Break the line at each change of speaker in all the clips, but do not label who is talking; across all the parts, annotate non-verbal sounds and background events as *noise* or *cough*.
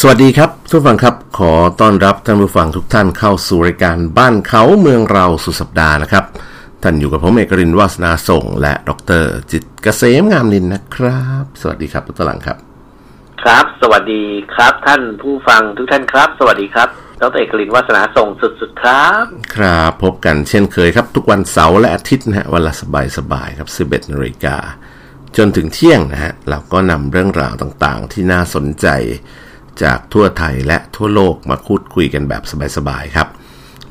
สวัสดีครับทุกฟังครับ ขอต้อนรับท่านผู้ฟังทุกท่านเข้าสู่รายการบ้านเขาเมืองเราสุดสัปดาห์นะครับ ท่านอยู่กับผมเอกรินทร์วาสนาส่ง และดรจิตรเกษมงามนินทร์นะครับ สวัสดีครับทุกท่านครับ
ครับ สวัสดีครับ ท่านผู้ฟังทุกท่านครับ สวัสดีครับดรเอกลินวัฒนาส่งสุดๆครับ
ครับพบกันเช่นเคยครับ ทุกวันเสาร์และอาทิตย์นะฮะวันละสบายๆครับ 11นาฬิกาจนถึงเที่ยงนะฮะเราก็นำเรื่องราวต่างๆ ที่น่าสนใจจากทั่วไทยและทั่วโลกมาพูดคุยกันแบบสบายๆครับ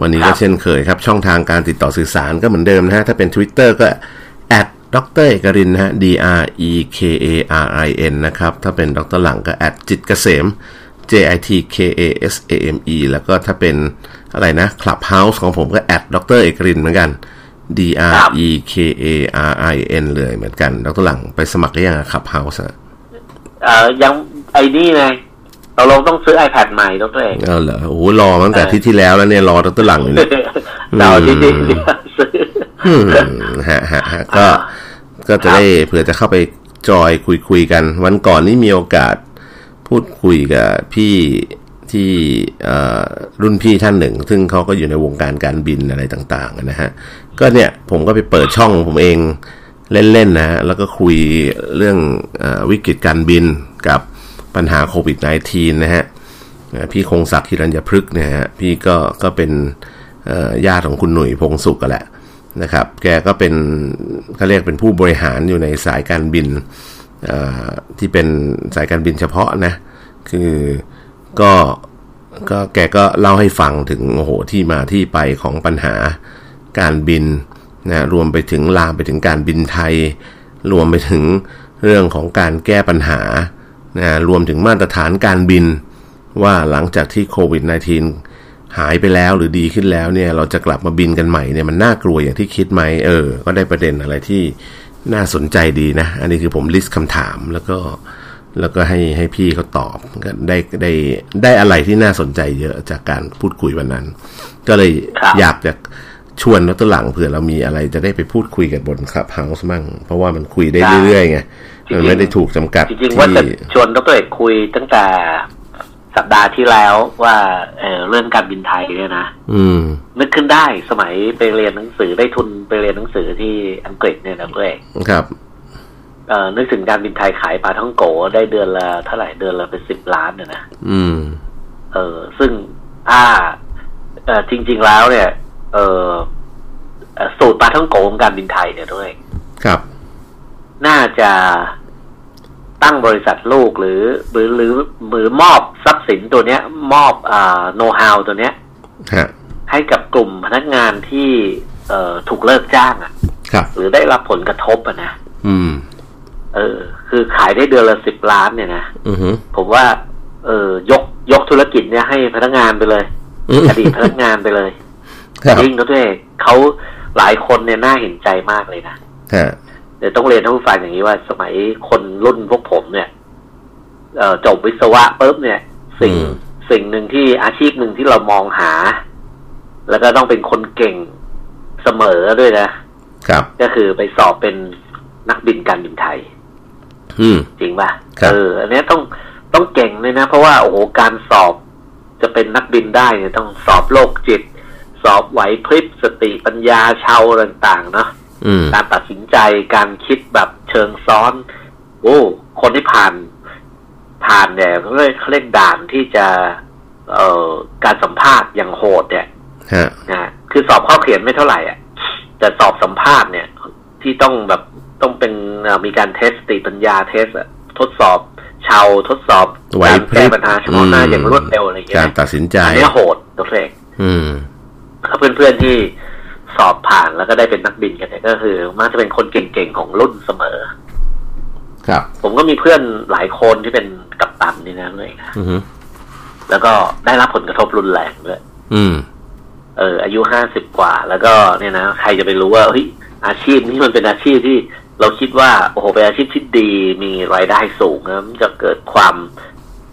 วันนี้
ครั
ก็
บ
เช่นเคยครับ ช่องทางการติดต่อสื่อสารก็เหมือนเดิมนะฮะถ้าเป็น Twitter ก็ at ดรเอกรินนะฮะ d r e k a r i n นะครับ ถ้าเป็นดรหลังก็ at จิตเกษม j i t k a s a m e แล้วก็ถ้าเป็นอะไรนะ Clubhouse ของผมก็ at ดรเอกรินเหมือนกัน d r e k a r i n เลยเหมือนกัน ดรหลังไปสมัครได้ยังครับ House อะ
เอ่อยังไอ้นี่ไงเราลงต้องซื้อ iPad ใหม่ดรเอก
เออเหรอโอ้โหรอมาตั้งแต่อาที่ที่แล้วแล้วเนี่ยรอดรหลังอยู่เนี่ย
เราที่นี่เดี๋ยวซื้อ
อืมฮะฮะฮะก็ก็จะได้เผื่อจะเข้าไปจอยคุยคุยกัน วันก่อนนี่มีโอกาสพูดคุยกับพี่ที่เอ่อรุ่นพี่ท่านหนึ่ง ซึ่งเขาก็อยู่ในวงการการบินอะไรต่างๆนะฮะ ก็เนี่ยผมก็ไปเปิดช่องของผมเองเล่นๆนะฮะแล้วก็คุยเรื่องเออวิกฤตการบินกับปัญหาโควิด -19 นะฮะ นะพี่คงศักดิ์ฮิรัญยพฤกษ์เนะฮะพี่ก็ก็เป็นเอ่อญาติของคุณหนุ่ยพงสุขกันแหละนะครับ แกก็เป็นเขาเรียกเป็นผู้บริหารอยู่ในสายการบินเอ่อที่เป็นสายการบินเฉพาะนะ คือก็ก็แกก็เล่าให้ฟังถึงโอ้โหที่มาที่ไปของปัญหาการบินนะรวมไปถึงลามไปถึงการบินไทย รวมไปถึงเรื่องของการแก้ปัญหานะรวมถึงมาตรฐานการบิน ว่าหลังจากที่โควิด -19 หายไปแล้วหรือดีขึ้นแล้วเนี่ย เราจะกลับมาบินกันใหม่เนี่ยมันน่ากลัวอย่างที่คิดไหมเออ ก็ได้ประเด็นอะไรที่น่าสนใจดีนะ อันนี้คือผมลิสต์คำถามแล้วก็แล้วก็ให้ให้พี่เขาตอบก็ได้ได้ได้อะไรที่น่าสนใจเยอะจากการพูดคุยวันนั้น ก็เลยอยากจะชวนนักตวหลังเผื่อเรามีอะไรจะได้ไปพูดคุยกันบนคลับเฮาส์มั่ง เพราะว่ามันคุยได้เรื่อยๆไงมันไม่ได้ถูกจำกัด
จริงๆว่าจะ
ที่
ชวนดรเอกคุยตั้งแต่สัปดาห์ที่แล้วว่าเอ่อเรื่องการบินไทยเนี่ยนะ
อืม
นึกขึ้นได้สมัยไปเรียนหนังสือได้ทุนไปเรียนหนังสือที่อังกฤษเนี่ยนะดรเอก
ครับ
เอ่อนึกถึงการบินไทยขายปลาท่องโกได้เดือนละเท่าไหร่เดือนละเป็นสิบล้านเนี่ยนะ
อืม
เออซึ่งอ่าเออจริง ๆแล้วเนี่ย เออเอ่อสูตรปลาท่องโกของการบินไทยเนี่ยด้วย
ครับ
น่าจะตั้งบริษัทลูกหรือหรือหรือหรือมอบทรัพย์สินตัวเนี้ย มอบอ่าโน้ตฮาวตัวเนี้ย
ฮะ
ให้กับกลุ่มพนักงานที่เอ่อถูกเลิกจ้างอะ
ครับ
หรือได้รับผลกระทบอะนะ
อืม
เออ คือขายได้เดือนละสิบล้านเนี่ยนะ
อือฮึ
ผมว่า เออยกยกธุรกิจเนี่ยให้พนักงานไปเลย
อืม
อดีตพนักงานไปเลย
ครับ
ยิ่งนะด้วยเขาหลายคนเนี่ยน่าเห็นใจมากเลยนะ
ฮะ
เดี๋ยวต้องเรียนท่านผู้ฟังอย่างนี้ว่า สมัยคนรุ่นพวกผมเนี่ยเอ่อจบวิศวะปุ๊บเนี่ย สิ่ง
อืม
สิ่งหนึ่งที่อาชีพหนึ่งที่เรามองหา แล้วก็ต้องเป็นคนเก่งเสมอด้วยนะ
ครับ
ก็คือไปสอบเป็นนักบินการบินไทย
อืม
จริงป่ะ
ครับ
เออ อันเนี้ยต้องต้องเก่งเลยนะ เพราะว่าโอ้โหการสอบจะเป็นนักบินได้เนี่ยต้องสอบโลกจิต สอบไหวพริบสติปัญญาชาวต่างๆเนาะ
อืม
การตัดสินใจการคิดแบบเชิงซ้อน โอ้ คนที่ผ่าน ผ่านเนี่ยเขาเรียกเขาเรียกด่านที่จะ เอ่อการสัมภาษณ์อย่างโหดเนี่ย
ฮะ
นะฮะคือสอบข้อเขียนไม่เท่าไหร่อ่ะแต่สอบสัมภาษณ์เนี่ย ที่ต้องแบบต้องเป็นเอ่อมีการเทสสติปัญญาเทสอะทดสอบชาวทดสอบ
ไหว
การ
พริบ
แก้ปัญหาเฉพาะหน้า
อืม
อย่างรวดเร็วอะไรอย่างเงี้
กาย รตัดสินใจ
อันเนี้ยโหดตัวเอง
อืม
ถ้าเพื่อนๆที่สอบผ่านแล้วก็ได้เป็นนักบินกันเนี่ยก็คือมักจะเป็นคนเก่งๆของรุ่นเสมอ
ครับ
ผมก็มีเพื่อนหลายคนที่เป็นกัปตันนี่นะเลยนะ
อือฮึ
แล้วก็ได้รับผลกระทบรุนแรงด้วย
อืม
เอออายุห้าสิบกว่า แล้วก็เนี่ยนะใครจะไปรู้ว่าเฮ้ยอาชีพนี้มันเป็นอาชีพที่เราคิดว่าโอ้โหเป็นอาชีพที่ดีมีรายได้สูงนะมันจะเกิดความ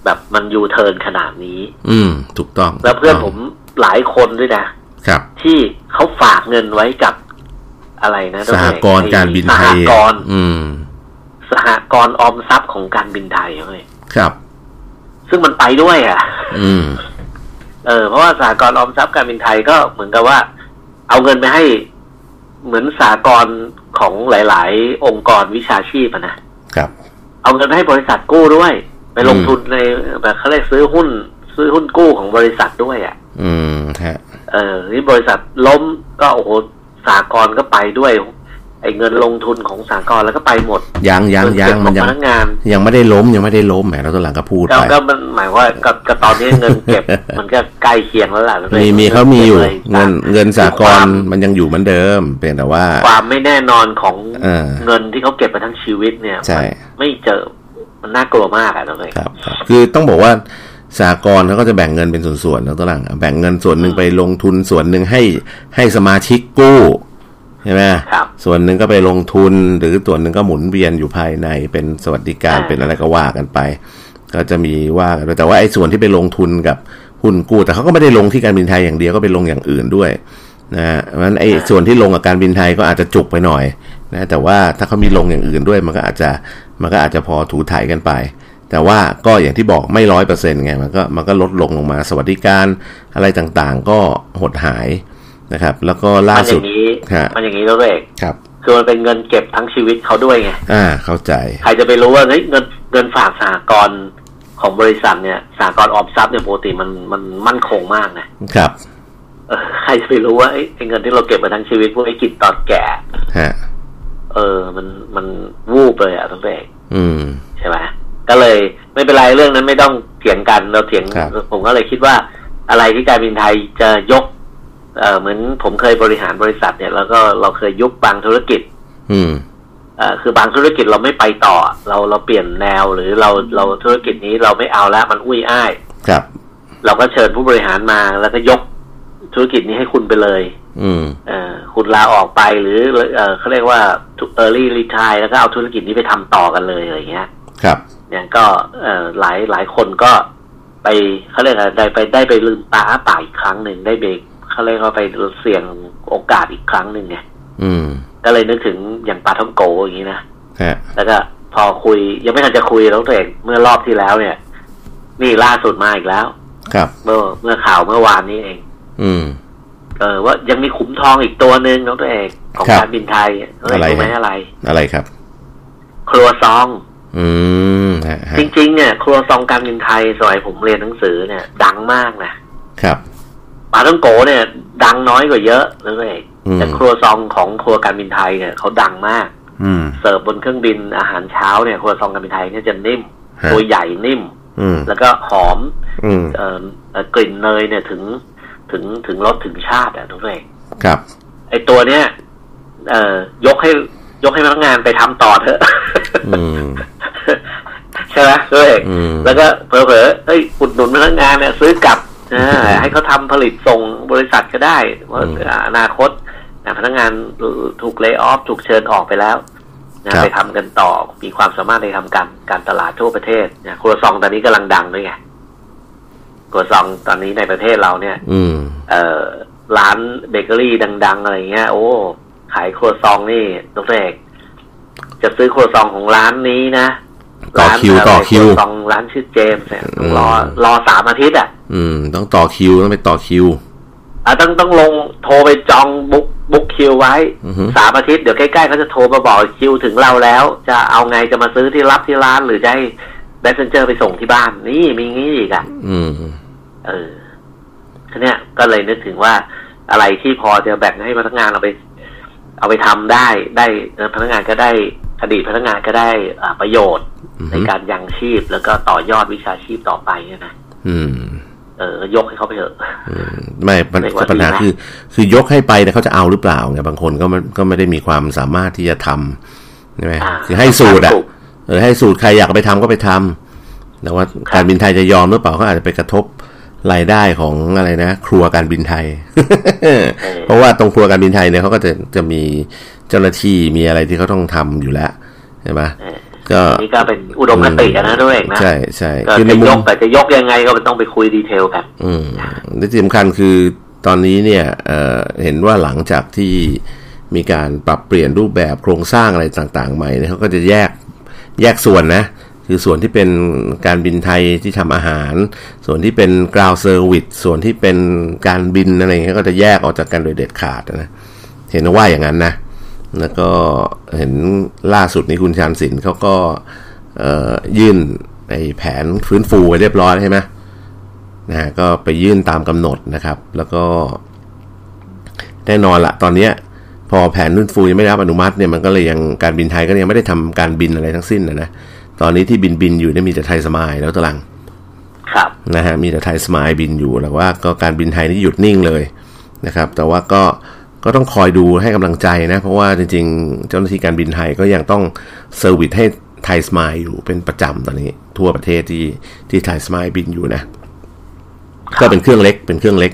แบบมันยูเทิร์นขนาดนี้
อืม ถูกต้อง
แล้วเพื่อนผมหลายคนด้วยนะ
ครับ
ที่เขาฝากเงินไว้กับอะไรนะ
สหกรณ์การบินไทย
สหกรณ์
อืม
สหกรณ์ออมทรัพย์ของการบินไทยเว้ย
ครับ
ส ซึ่งมันไปด้วยอ่ะ
อืม
เออเพราะว่าสากลออมทรัพย์การบินไทยก็เหมือนกับว่า เอาเงินไปให้เหมือนสากลของหลาย ๆ องค์กรวิชาชีพอะนะครับ เอาเงินไปให้บริษัทกู้ด้วย ไปลงทุนในแบบเขาเรียกซื้อหุ้น ซื้อหุ้นกู้ของบริษัทด้วยอ่ะ
อืมฮะ
เออนี่บริษัทล้มก็โอ้โหสากลก็ไปด้วย ไอ้เงินลงทุนของสากลแล้วก็ไปหมด
ยังยัง
เงิน
ยั
เก็
ง
บข
มั
อน ง
ยั
พ
ง
นักงาน
ยังไม่ได้ล้มยังไม่ได้ล้มแหมเราตอนหลังก็พูด
ก็
ไป
ก็มันหมายว่ากับกับตอนนี้เงินเก็
*laughs*
บ มันก็ใกล้เคียงแล้วล่ะนป็น
มีมีเขามีอยู่ เงินเงินสาก
ควา
ล
ม
มันยังอยู่เหมือนเดิมเพียงแต่ว่า
ความไม่แน่นอนของ
เออ
เงินที่เขาเก็บมาทั้งชีวิตเนี่ย
ใช่
มันไม่เจอมันน่ากลัวมากอะน้องเอก
ครับครับคือต้องบอกว่าสากลเขาก็จะแบ่งเงินเป็นส่วนๆแล้วตัวหลังแบ่งเงินส่วนหนึ่งไปลงทุนส่วนหนึ่งให้ให้สมาชิกกู้ใช่ไหม
ครับ
ส่วนหนึ่งก็ไปลงทุนหรือส่วนหนึ่งก็หมุนเวียนอยู่ภายในเป็นสวัสดิการ
อ่า
เป็นอะไรก็ว่ากันไป ก็จะมีว่ากันด้วยแต่ว่าไอ้ส่วนที่ไปลงทุนกับหุ้นกู้ แต่เขาก็ไม่ได้ลงที่การบินไทยอย่างเดียวก็ไปลงอย่างอื่นด้วยนะฮะเพราะฉะนั้นไอ้ส่วนที่ลงกับการบินไทยก็อาจจะจุกไปหน่อยนะแต่ว่าถ้าเขามีลงอย่างอื่นด้วย มันก็อาจจะมันก็อาจจะพอถูถ่ายกันไป แต่ว่าก็อย่างที่บอกไม่ร้อยเปอร์เซ็นต์ไงมันก็มันก็ลดลงลงมาสวัสดิการอะไรต่างๆ ก็หดหายนะครับ แล้วก็ล่า
มันอ
สุด
ย่างนี้
ฮะ
มันอย่างนี้น้องเอก
ครับ
คือมันเป็นเงินเก็บทั้งชีวิตเขาด้วยไง
อ่าเข้าใจ
ใครจะไปรู้ว่าเฮ้ยเงินเงินฝากสหกรณ์ของบริษัทเนี่ยสหกรณ์ออมทรัพย์เนี่ยปกติมันมันมั่นคงมากนะครับ เออใครจะไปรู้ว่าเอ้ยไอ้เงินที่เราเก็บมาทั้งชีวิตพวกไอ้กินตอนแก่
ฮะ
เออ มัน มันวูบเลยอะตั้งแต่
อืม
ใช่ไหมก็เลยไม่เป็นไรเรื่องนั้นไม่ต้องเถียงกันเราเถียง
ครับ
ผมก็เลยคิดว่า อะไรที่การบินไทยจะยก เออเหมือนผมเคยบริหารบริษัทเนี่ย แล้วก็เราเคยยุบบางธุรกิจ
อืม
เอ่อคือบางธุรกิจเราไม่ไปต่อ เราเราเปลี่ยนแนวหรือเราเราธุรกิจนี้เราไม่เอาแล้วมันอุ้ยอ้าย
ครับ
เราก็เชิญผู้บริหารมาแล้วก็ยกธุรกิจนี้ให้คุณไปเลย
อืม
เอ่อคุณลาออกไปหรือเอ่อเขาเรียกว่า early retire แล้วก็เอาธุรกิจนี้ไปทำต่อกันเลยอะไรเงี้ย
ครับ
เนี่ยก็เอ่อหลายหลายคนก็ไปเขาเรียกอะไรได้ไปได้ไปลืมตาอ้าปากอีกครั้งหนึ่งได้ไปเขาเรียกว่าไปเสี่ยงโอกาสอีกครั้งหนึ่งไง
อืม
ก็เลยนึกถึงอย่างปาท่องโกอย่างนี้นะ
ฮะ
แล้วก็พอคุยยังไม่ทันจะคุยแล้วตัวเองเมื่อรอบที่แล้วเนี่ย นี่ล่าสุดมาอีกแล้ว
ครับ
เมื่อเมื่อข่าวเมื่อวานนี้เอง
อืม
เออว่ายังมีขุมทองอีกตัวหนึ่งน้องตัวเอกของ
ครับ
การบินไทยเอ้ย
อะไร
รู้ไหม
ฮะ
อะไร
อะไรครับ
ครัวซอง
อืมฮะฮะ
จริงๆเนี่ยครัวซองการบินไทยสมัยผมเรียนหนังสือเนี่ย ดังมากนะครับ ปาท่องโกเนี่ย ดังน้อยกว่าเยอะน้องตัวเอก
อืม
แต่ครัวซองของครัวการบินไทยเนี่ยเขาดังมาก
อืม
เสิร์ฟบนเครื่องบินอาหารเช้าเนี่ย ครัวซองการบินไทยเนี่ยจะนิ่ม
ฮะ
ตัวใหญ่นิ่ม
อืม
แล้วก็หอม
อืม
เอ่อเอ่อกลิ่นเนยเนี่ยถึงถึงถึงรสถึงชาติอ่ะน้องตัวเอก
ครับ
ไอตัวเนี้ยเอ่อยกให้ยกให้พนักงานไปทำต่อเถอะ
อืม
ใช่ไหมด้วย
อืม
แล้วก็เผลอๆเอ้ยอุดหนุนพนักงานเนี่ยซื้อกลับอ่าให้เขาทำผลิตส่งบริษัทก็ได้ว่าอ่าอนาคตนะพนักงานถูกเล y o ออฟถูกเชิญออกไปแล้วนะครับ ไปทำกันต่อมีความสามารถในทำการการตลาดทั่วประเทศนะครัวซองตอนนี้กำลังดังด้วยไงครัวซองตอนนี้ในประเทศเราเนี่ย
อืม
เอ่อร้านเบเกอรี่ดัง ๆ อะไรเงี้ย โอ้ขายครัวซองนี่ดรเอกจะซื้อครัวซองของร้านนี้นะ
ต่อ
ร้าน
คิวต่อคิว
รัซองร้านชื่อเจมส์เนี่ยต้องรอ
อืม
รอสามอาทิตย์อ่ะ
อืม ต้องต่อคิวต้องไปต่อคิว
อ่ะต้องต้องลงโทรไปจองบุ๊กบุ๊กคิวไว้
อือฮึ
สามอาทิตย์เดี๋ยวใกล้ๆเขาจะโทรมาบอกคิวถึงเราแล้ว จะเอาไงจะมาซื้อที่รับที่ร้านหรือจะให้แบสเซนเจอร์ไปส่งที่บ้าน นี่มีงี้อีกอ่ะ
อืม
เออทีเนี้ยก็เลยนึกถึงว่าอะไรที่พอจะแบ่งให้พนักงานเอาไป เอาไปทำได้ได้เอ่อพนักงานก็ได้อดีตพนักงานก็ได้อ่าประโยชน์
อือฮึ
ในการยังชีพแล้วก็ต่อยอดวิชาชีพต่อไปเนี่ยนะ
อืม
เออยกให้เขาไปเถอะ
อืมไม่ปัญ
เรียกว่า
ปัญหา
ดีนะ
คือ คือยกให้ไปเนี่ยเขาจะเอาหรือเปล่าไงบางคนก็ไม่ก็ไม่ได้มีความสามารถที่จะทำใช่ไหม
อ่า
คือให้สูตรอ่ะ
ถูก
เออให้สูตรใครอยากไปทำก็ไปทำแต่ว่า
ครับ
การบินไทยจะยอมหรือเปล่าก็อาจจะไปกระทบรายได้ของอะไรนะ ครัวการบินไทย *laughs* เพราะว่าตรงครัวการบินไทยเนี่ยเขาก็จะจะมีเจ้าหน้าที่มีอะไรที่เขาต้องทำอยู่แล้วใช่ไหม
เออ
ก็
นี่ก็เป็นอุดมคติอะนะด้วยเองนะ
ใช่ใช่
ก็
คือใน
จะ
มุ
ย
ม
กแต่จะยกยังไงก็มันต้องไปคุยดีเทลกัน
อืมและที่สำคัญคือตอนนี้เนี่ยเอ่อเห็นว่าหลังจากที่มีการปรับเปลี่ยนรูปแบบโครงสร้างอะไรต่างๆใหม่เนี่ยเขาก็จะแยกแยกส่วนนะ คื คือส่วนที่เป็นการบินไทยที่ทำอาหาร ส่วนที่เป็นกราวเซอร์วิสส่วนที่เป็นการบินอะไรอย่างเงี้ยก็จะแยกออกจากกันโดยเด็ดขาดนะเห็นว่าอย่างนั้นนะ แล้วก็เห็นล่าสุดนี้คุณชานสินเขาก็เอ่อยื่นไอแผนฟื้นฟูไว้เรียบร้อยใช่ไหมนะฮะก็ไปยื่นตามกำหนดนะครับ แล้วก็ แน่นอนละตอนเนี้ย พอแผนนุ่นฟูยังไม่ได้รับอนุมัติเนี่ยมันก็เลยยังการบินไทยก็ยังไม่ได้ทำการบินอะไรทั้งสิ้นนะนะตอนนี้ที่บินบินๆอยู่เนี่ยมีแต่ไทยสมายแล้วตะลัง
ครับ
นะฮะมีแต่ไทยสมายบินอยู่แต่ว่าก็การบินไทยนี่หยุดนิ่งเลยนะครับ แต่ว่าก็ก็ต้องคอยดูให้กำลังใจนะ เพราะว่าจริงๆ เจ้าหน้าที่การบินไทยก็ยังต้องเซอร์วิสให้ไทยสมายอยู่เป็นประจำตอนนี้ ทั่วประเทศที่ที่ไทยสมายบินอยู่นะ ก็เป็นเครื่องเล็กเป็นเครื่องเล็ก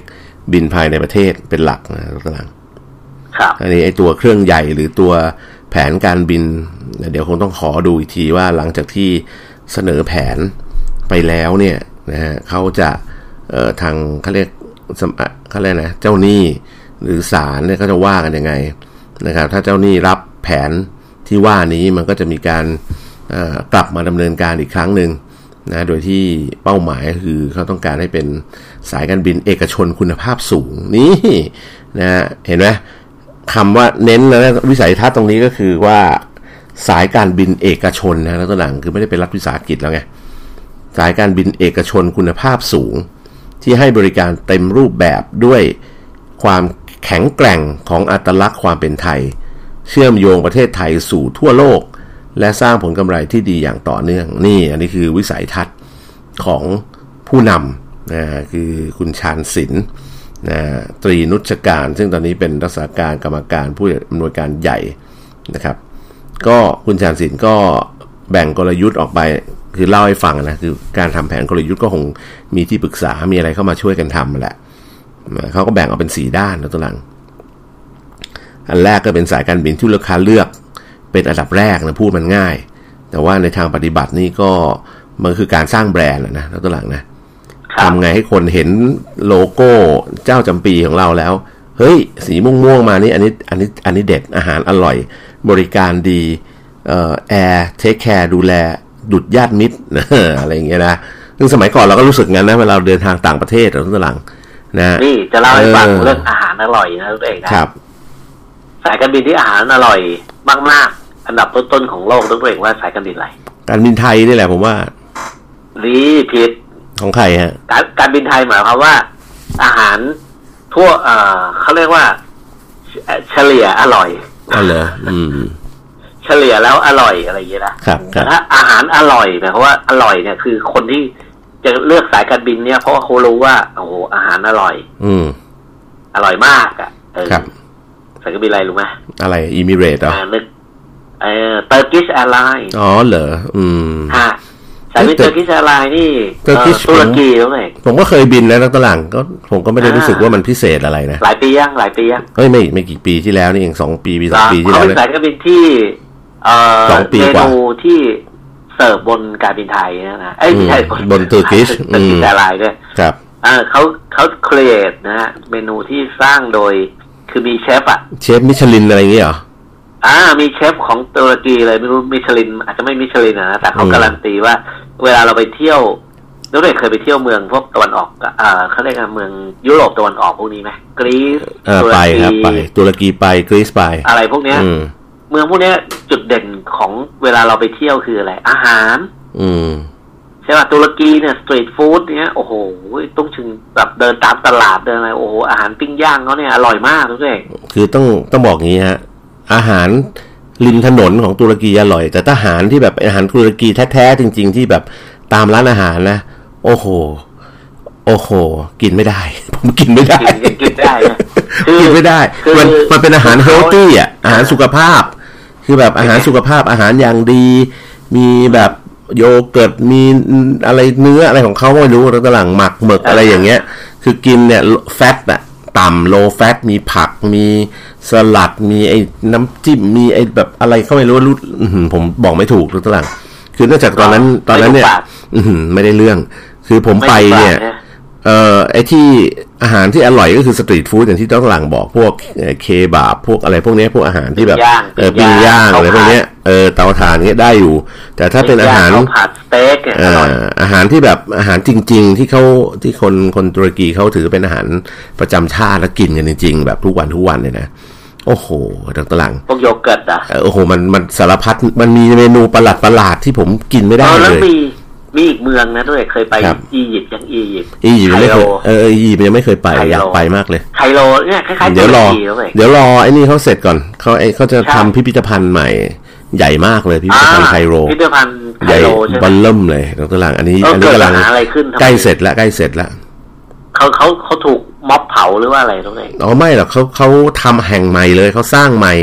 บินภายในประเทศเป็นหลักนะทุกท่าน
ครับ
อันนี้ไอตัวเครื่องใหญ่หรือตัวแผนการบิน เดี๋ยวคงต้องขอดูอีกทีว่าหลังจากที่เสนอแผนไปแล้วเนี่ยนะฮะเขาจะเอ่อทางเขาเรียกสมอะเขาเรียกนะเจ้าหนี้หรือศาลเนี่ยเขาจะว่ากันยังไงนะครับ ถ้าเจ้าหนี้รับแผนที่ว่านี้มันก็จะมีการเอ่อกลับมาดำเนินการอีกครั้งหนึ่งนะโดยที่เป้าหมายคือเขาต้องการให้เป็นสายการบินเอกชนคุณภาพสูงนี่นะฮะเห็นไหม คำว่าเน้นแล้ววิสัยทัศน์ตรงนี้ก็คือว่าสายการบินเอกชนนะแล้วตัวหลังคือไม่ได้เป็นรัฐวิสาหกิจแล้วไง สายการบินเอกชนคุณภาพสูง ที่ให้บริการเต็มรูปแบบด้วยความแข็งแกร่งของอัตลักษณ์ความเป็นไทย เชื่อมโยงประเทศไทยสู่ทั่วโลก และสร้างผลกำไรที่ดีอย่างต่อเนื่อง นี่อันนี้คือวิสัยทัศน์ของผู้นำนะคือคุณชาญศิลป์นะตรีนุชการ ซึ่งตอนนี้เป็นรักษาการกรรมการผู้อำนวยการใหญ่นะครับ ก็คุณชาญศิลป์ก็แบ่งกลยุทธ์ออกไปคือเล่าให้ฟังนะคือการทำแผนกลยุทธ์ก็คงมีที่ปรึกษา มีอะไรเข้ามาช่วยกันทำนั่นแหละนะเขาก็แบ่งออกเป็นสีด้านนะตัวหลัง อันแรกก็เป็นสายการบินที่ลูกค้าเลือกเป็นอันดับแรกนะพูดมันง่าย แต่ว่าในทางปฏิบัตินี่ก็มันคือการสร้างแบรนด์อะนะแล้วตัวหลังนะ
ครับ
ทำไงให้คนเห็นโลโก้เจ้าจำปีของเราแล้ว เฮ้ย สีม่วงม่วงๆมานี่อันนี้อันนี้อันนี้เด็ดอาหารอร่อย บริการดีเอ่อแอร์เทคแคร์ดูแล ดุดญาติมิตร *laughs* อะไรอย่างเงี้ยนะซึ่งสมัยก่อนเราก็รู้สึกงั้นนะเวลาเราเดินทางต่างประเทศหรือต่างหลังนะ
นี่จะเล่าให้ฟัง
เออ
เรื่องอาหารอร่อยนะตัวเองนะครับ สายการบินที่อาหารอร่อยมากๆ อันดับต้นๆของโลกนะตัวเองว่าสายการบินอะไร
การบินไทยนี่แหละผมว่า
นี่ผิด
ของใครฮะ
การการบินไทยหมายความว่า อาหารทั่ว เอ่อเขาเรียกว่าเฉเอ่อเฉลี่ยอร่อย
เอาเหรออืม
เฉลี่ยแล้วอร่อยอะไรอย่างเงี้ยนะครับ
ค
แต่
รับ
ถ้าอาหารอร่อยหมายความว่าอร่อยเนี่ยคือคนที่จะเลือกสายการบินเนี่ยเพราะว่าเขารู้ว่าโอ้โหอาหารอร่อย
อืม
อร่อยมากอ่ะเออ
ครับ
สายการบินอะไรรู้ไหม
อะไรอิมิเรตเหรอ
อ่านึกเออเตอร์กิชแอร์ไลน์
อ๋อเหรออืม
ฮะสายการบิน
เอ้
เตอย ร์กิชแอร์ไลน์นี่เอ่อ
Turkish
ตุรกีแล้วไง
ผมก็เคยบินแล้วนะตะหลังก็ผมก็ไม่ได้รู้สึก
อ่า
ว่ามันพิเศษอะไรนะ
หลายปียังหลายปียัง
เฮ้ยไม่ไม่กี่ปีที่แล้วนี่เองสองปีปีสองปีที่
เขา
แล้ว
เป็น
นะ
สายการบินที่เอ่อ
สองปี
เม
กว่า
นูที่เสิร์ฟบนการบินไทยนะนะไอ้ยไม่ใช่
อืมบน Turkish
บน Turkish
อืม
Airlines ด้วย
ครับ
อ่าเขาเขาเครีเอทนะฮะเมนูที่สร้างโดยคือมีเชฟอ่ะ
เชฟมิชลินอะไรอย่างเงี้ยเหรอ
อ่ามีเชฟของตุรกีเลยไม่รู้มิชลิน อาจจะไม่มิชลินนะนะแต่เขา
อืม
การันตีว่า เวลาเราไปเที่ยวน้องเด็กเคยไปเที่ยวเมืองพวกตะวันออกอ่าเขาเรียกกันเมืองยุโรปตะวันออกพวกนี้ไหมกรีซ
เออ
ตุร
ไป
กี
ครับไปตุรกีไปกรีซไป
อะไรพวกเนี้ย
อืม
เมืองพวกเนี้ยจุดเด่นของเวลาเราไปเที่ยวคืออะไร อาหาร
อืม
ใช่ป่ะตุรกีเนี่ยสตรีทฟู้ดเนี้ยโอ้โหต้องถึงแบบเดินตามตลาดเดินอะไรโอ้โหอาหารปิ้งย่างเขาเนี่ยอร่อยมากทุกท่าน
คือต้องต้องบอกงี้ฮะ อาหารริมถนนของตุรกีอร่อย แต่ถ้าอาหารที่แบบอาหารตุรกีแท้ๆจริง ๆ ที่แบบตามร้านอาหารนะ โอ้โห โอ้โห กินไม่ได้ *laughs* ผมกินไม่ได้
กินยังกินได้นะ คือ
*laughs* กินไม่ได้
คือ
มันมันเป็นอาหารเฮลตี้อ่ะ อาหารสุขภาพ คือแบบอาหารสุขภาพอาหารอย่างดี มีแบบโยเกิร์ต มีอะไรเนื้ออะไรของเขาไม่รู้แล้วตลังหมักหมึกอะไรอย่างเงี้ย คือกินเนี่ยแฟตอะต่ำโลแฟต มีผัก มีสลัด มีไอ้น้ำจิ้ม มีไอ้แบบอะไรเขาไม่รู้รู้อื้อหือผมบอกไม่ถูกแล้วตลัง คือเนื่องจากตอนนั้นตอนนั้นเนี่ย
ไม่ถูกปาก
อื้อหือไม่ได้เรื่อง คือผมไปเนี่ย
ไม่ถูกปากนะ
เอ เอ่อไอ้ที่อาหารที่อร่อยก็คือสตรีทฟู้ดอย่างที่ต้องหลังบอกพวกเคบาบพวกอะไรพวกเนี้ยพวกอาหารที่แบบ
ปิ้งย่าง
เออปิ้งย่า
ปิ้งย่าง ง
อะไรพวกเนี้ยเออเตาถ่านเนี้ยได้อยู่ แต่ถ้าเป็นอาหาร
ข้าวผัดสเต็กเนี่ย
เอ่
อร่อย
ออาหารที่แบบอาหารจริง ๆ ที่เขาที่คนคนตุรกีเขาถือเป็นอาหารประจำชาติแล้วกินกันจริง ๆ แบบทุกวันทุกวันเลยนะ โอ้โหดรหลัง
พวกโยเกิร์ตอ่ะ
เอ่อโอ้โหมันมันสารพัดมันมีเมนูประหลาดประหลาดๆที่ผมกินไม่ได้
เอา
เล
แล้ว
ย
มีมีอีกเมืองนะด้วยเคยไป
ครับ
อียิปต์ยังอียิปต์
อียิปต์ยังไม่
ไค
เค
โร
ยเออเอออียิปต์ยังไม่เคยไป
ไคโร
อยากไปมากเลย
ไคโรเนี่ยคล้ายๆ
เดี๋ยวรอ
ตุกีแล้วเว้ย
เดี๋ยวรอไอ้นี่เขาเสร็จก่อนเขาไอ้เขาจะ
ใช่
ทำพิพิธภัณฑ์ใหม่ใหญ่มากเลยพิพิธภัณฑ์ไคโร
พิพิธภัณฑ์ไค
ใหญ่
โรใช่ไห
บ
ม
อลเริ่มเลยดรหลังอันนี้
เอออั
อันนี้
เกิด
กำลัง
ปัญหาอะไรขึ้นทำไม
ใกล้เสร็จแล้วใกล้เสร็จแล้ว
เขาเขาเขาถูกม็อบเผาหรือว่าอะไรตรงไหน
อ๋อไม่หรอกเขาเขาทำแห่งใหม่เลยเขาสร้างใหม่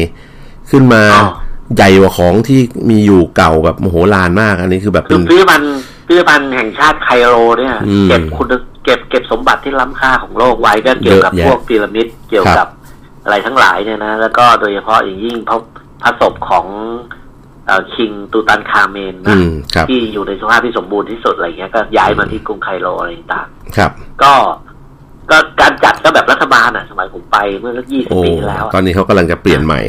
ขึ้นมา
อ้าว
ใหญ่กว่าของที่มีอยู่เก่าแบบมโหฬารมาก อันนี้คือแบบ
คื
เป็
อน พิพิธภัณฑ์พิพิธภัณฑ์แห่งชาติไคโรเนี่ย
อืม
เก็บคุณเก็บเก็บสมบัติที่ล้ำค่าของโลกไว้ก็เกี่ยวกับ
เยอะแยะ
พวกพีระมิดเกี่ยว
ครั
กับบ อะไรทั้งหลายเนี่ยนะ แล้วก็โดยเฉพาะอย่างยิ่งพระพระศพของเอ่อคิงตูตันคาเมน
อื
นะ
มครับ
ที่อยู่ในสภาพที่สมบูรณ์ที่สุดอะไรเงี้ยก็ย้ายมาที่กรุงไคโรอะไรต่าง
ครับ
ๆก็ก็การจัดก็แบบรัฐบาลอ่ะ สมัยผมไปเมื่อสักยี่สิบ
โอ้
ปีที่แล้วอะ
ตอนนี้เขากำลังจะเปลี่ยนใหม่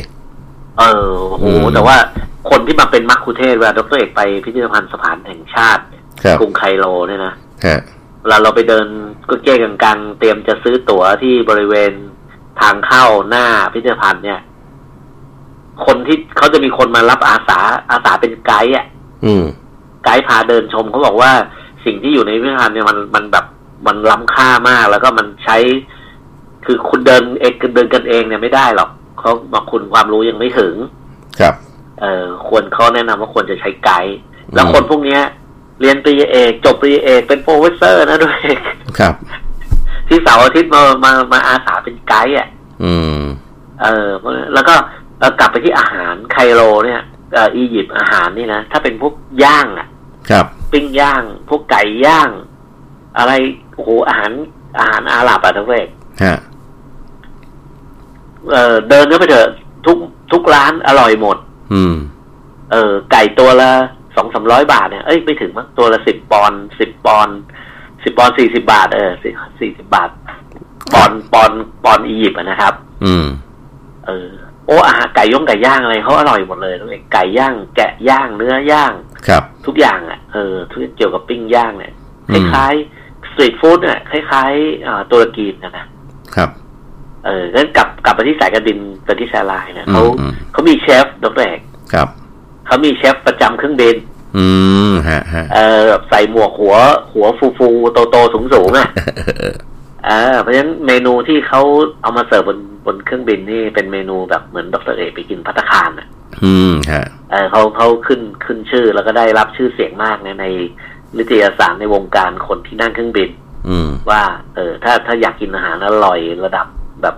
เออโอ้โห
อืม
แต่ว่าคนที่มาเป็นมักคุเทศก์เวลาดรเอกไปพิพิธภัณฑ์สถานแห่งชาติ
ครับ
กรุงไคโรเนี่ยนะ
ฮะ
เวลาเราไปเดินก็เก้กังกังๆเตรียมจะซื้อตั๋วที่บริเวณทางเข้าหน้าพิพิธภัณฑ์เนี่ย คนที่เขาจะมีคนมารับอาสาอาสาเป็นไกด์อ่ะ
อืม
ไกด์พาเดินชมเขาบอกว่าสิ่งที่อยู่ในพิพิธภัณฑ์เนี่ยมันมันแบบมันล้ำค่ามาก แล้วก็มันใช้ คือคุณเดินเองเดินกันเองเนี่ยไม่ได้หรอกเขาบอกคุณความรู้ยังไม่ถึง
ครับ
เอ่อควรเขาแนะนำว่าควรจะใช้ไกด์
อืม
แล้วคนพวกเนี้ย เรียนปริญญาเอกจบปริญญาเอกเป็นโปรเฟสเซอร์นะด้วย *laughs*
ครับ
ที่เสาร์อาทิตย์มามามาอาสาเป็นไกด์อ่ะ
อืม
เออแล้วก็เอ่อกลับไปที่อาหารไคโรเนี่ยเอ่ออียิปต์อาหารนี่นะถ้าเป็นพวกย่างอ่ะ
ครับ
ปิ้งย่าง พวกไก่ย่าง อะไรโอ้โหอาหารอาหารอาหรับอ่ะทั้งเวก
ฮะ
เออเดินเข้าไปเถอะทุกทุกร้านอร่อยหมด
อืม
เออไก่ตัวละสองสามร้อยบาทเนี่ยเอ้ยไม่ถึงมั้งตัวละสิบปอนด์สิบปอนด์สิบปอนด์สี่สิบาท เออสี่สิบาท ปอนด์ปอนด์ปอนด์อียิปต์อะนะครับ
อืม
เออโอ้อาหารไก่ย่องไก่ย่างอะไรเขาอร่อยหมดเลยทุกอย่างไก่ย่างแกะย่างเนื้อย่าง
ครับ
ทุกอย่างอ่ะเออทุกเกี่ยวกับปิ้งย่างเนี่ย
อื
ค
ม
ล้ายๆสตรีทฟู้ดเนี่ยคล้ายๆอ่าตุรกีนะนะครับ เอองั้นกลับกลับไปที่สายการบินไปที่แซลายนะเขา
อืมอืม
เขามีเชฟดอกแรก
ครับ
เขามีเชฟประจำเครื่องบิน
อืมฮะฮะ *laughs*
เออแบบใส่หมวกหัว หัวฟูฟูโตโตสูงสูงๆอ่ะ
เออ
เออเพราะฉะนั้นเมนูที่เขาเอามาเสิร์ฟบนบนเครื่องบินนี่เป็นเมนูแบบเหมือนดรเอกไปกินพัตตาคารอ่ะ
อืมฮะ
เออเขาเขาขึ้นขึ้นชื่อแล้วก็ได้รับชื่อเสียงมากในในนิตยสารในวงการคนที่นั่งเครื่องบิน
อืม
ว่า เออถ้าถ้าอยากกินอาหารอร่อยระดับแบบ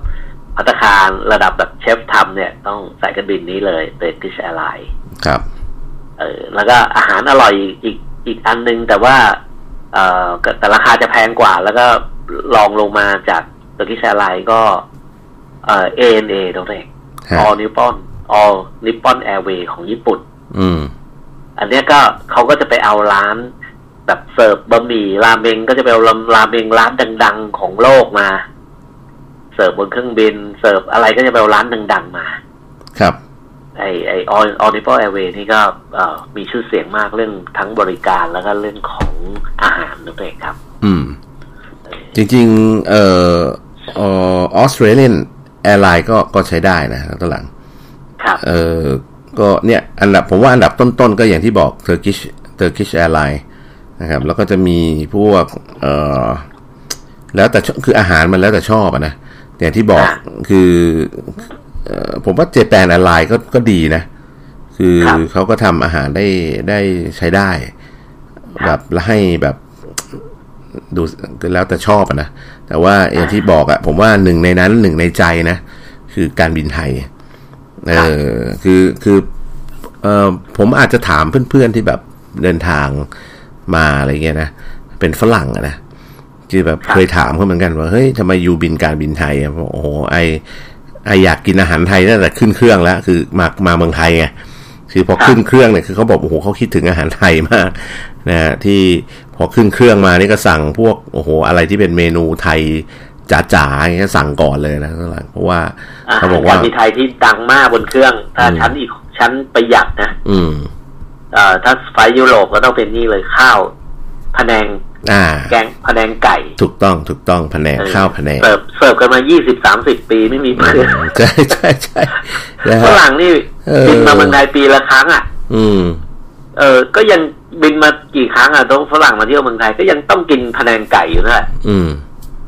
พัตตาคารระดับแบบเชฟทำเนี่ยต้องใส่กันบินนี้เลยเบรดกิชแอร์ไลน์
ครับ
เออแล้วก็อาหารอร่อยอีกอีกอันหนึง แต่ว่า เออก็แต่ราคาจะแพงกว่า แล้วก็ลองลงมาจากตะกี้แชร์ไลน์ก็ เออ ANA ตรงนี้
ฮะ
All Nippon All Nippon Airway ของญี่ปุ่น
อืม
อันเนี้ยก็เขาก็จะไปเอาร้านแบบเสิร์ฟบะหมี่ราเมงก็จะไปเอาราเมงร้านดัง ๆ ของโลกมา เสิร์ฟบนเครื่องบิน เสิร์ฟอะไรก็จะไปเอาร้านดังๆมา
ครับ
ไอไอออนิปอแอร์เวย์นี่ก็เอ่อมีชื่อเสียงมากเรื่องทั้งบริการแล้วก็เรื่องของอาหารนั่นเองครับ
อืม จริงๆ เอ่อออสเตรเลียนแอร์ไลน์ก็ก็ใช้ได้นะตอนหลัง
ครับ
เออก็เนี่ยอันดับผมว่าอันดับต้นๆ ก็อย่างที่บอก Turkish Turkish Airlines นะครับ แล้วก็จะมีพวกเออแล้วแต่ชอบคืออาหารมันแล้วแต่ชอบอะนะอย่างที่บอก
อ่ะ
คือเออผมว่าเจแปนแอร์ไลน์ก็ก็ดีนะ คือ
ครับ
เขาก็ทำอาหารได้ได้ใช้ได้ แบบแล้วให้แบบดูแล้วแต่ชอบอะนะ แต่ว่าอย่างที่บอกอะผมว่าหนึ่งในนั้นหนึ่งในใจนะ คือการบินไทย เออคือคือเออผมอาจจะถามเพื่อนๆที่แบบเดินทางมาอะไรเงี้ยนะ เป็นฝรั่งอะนะที่แบบ
ครับ
เคยถามเขาเหมือนกันว่าเฮ้ยทำไมยูบินการบินไทยอะบอกโอ้โหไอไออยากกินอาหารไทยตั้งแต่ขึ้นเครื่องแล้ว คือมามาเมืองไทยไง คือพอขึ้นเครื่องเนี่ยคือเขาบอกโอ้โหเขาคิดถึงอาหารไทยมากนะฮะที่พอขึ้นเครื่องมานี่ก็สั่งพวกโอ้โหอะไรที่เป็นเมนูไทยจ๋าๆอย่างเงี้ยสั่งก่อนเลยนะข้างหลังเพราะว่า
อาหา
เขา
ร
บอก
กา
ว่า
รบินไทยที่ดังมากบนเครื่อง ถ้า
อืม
ชั้นอีกชั้นประหยัดนะ
อืม
เอ่อถ้าไฟล์ยุโรปก็ต้องเป็นนี่เลยข้าวพะแนง
อ่า
แกงพะแนงไก่
ถูกต้องถูกต้องแผนง
เออ
ข้าวแผนง
เสิร์ฟเสิร์ฟกันมายี่สิบสามสิบปีไม่มีเบื่อ
ใช่ใช่ใช่นะ
ฝ
ฮะ
รั่งนี่
เออ
บินมาเมืองไทยปีละครั้งอ่ะ
อืม
เออ ก็ยังบินมากี่ครั้งอ่ะต้องฝรั่งมาเที่ยวเมืองไทยก็ยังต้องกินพะแนงไก่อยู่นั่นแหละ
อืม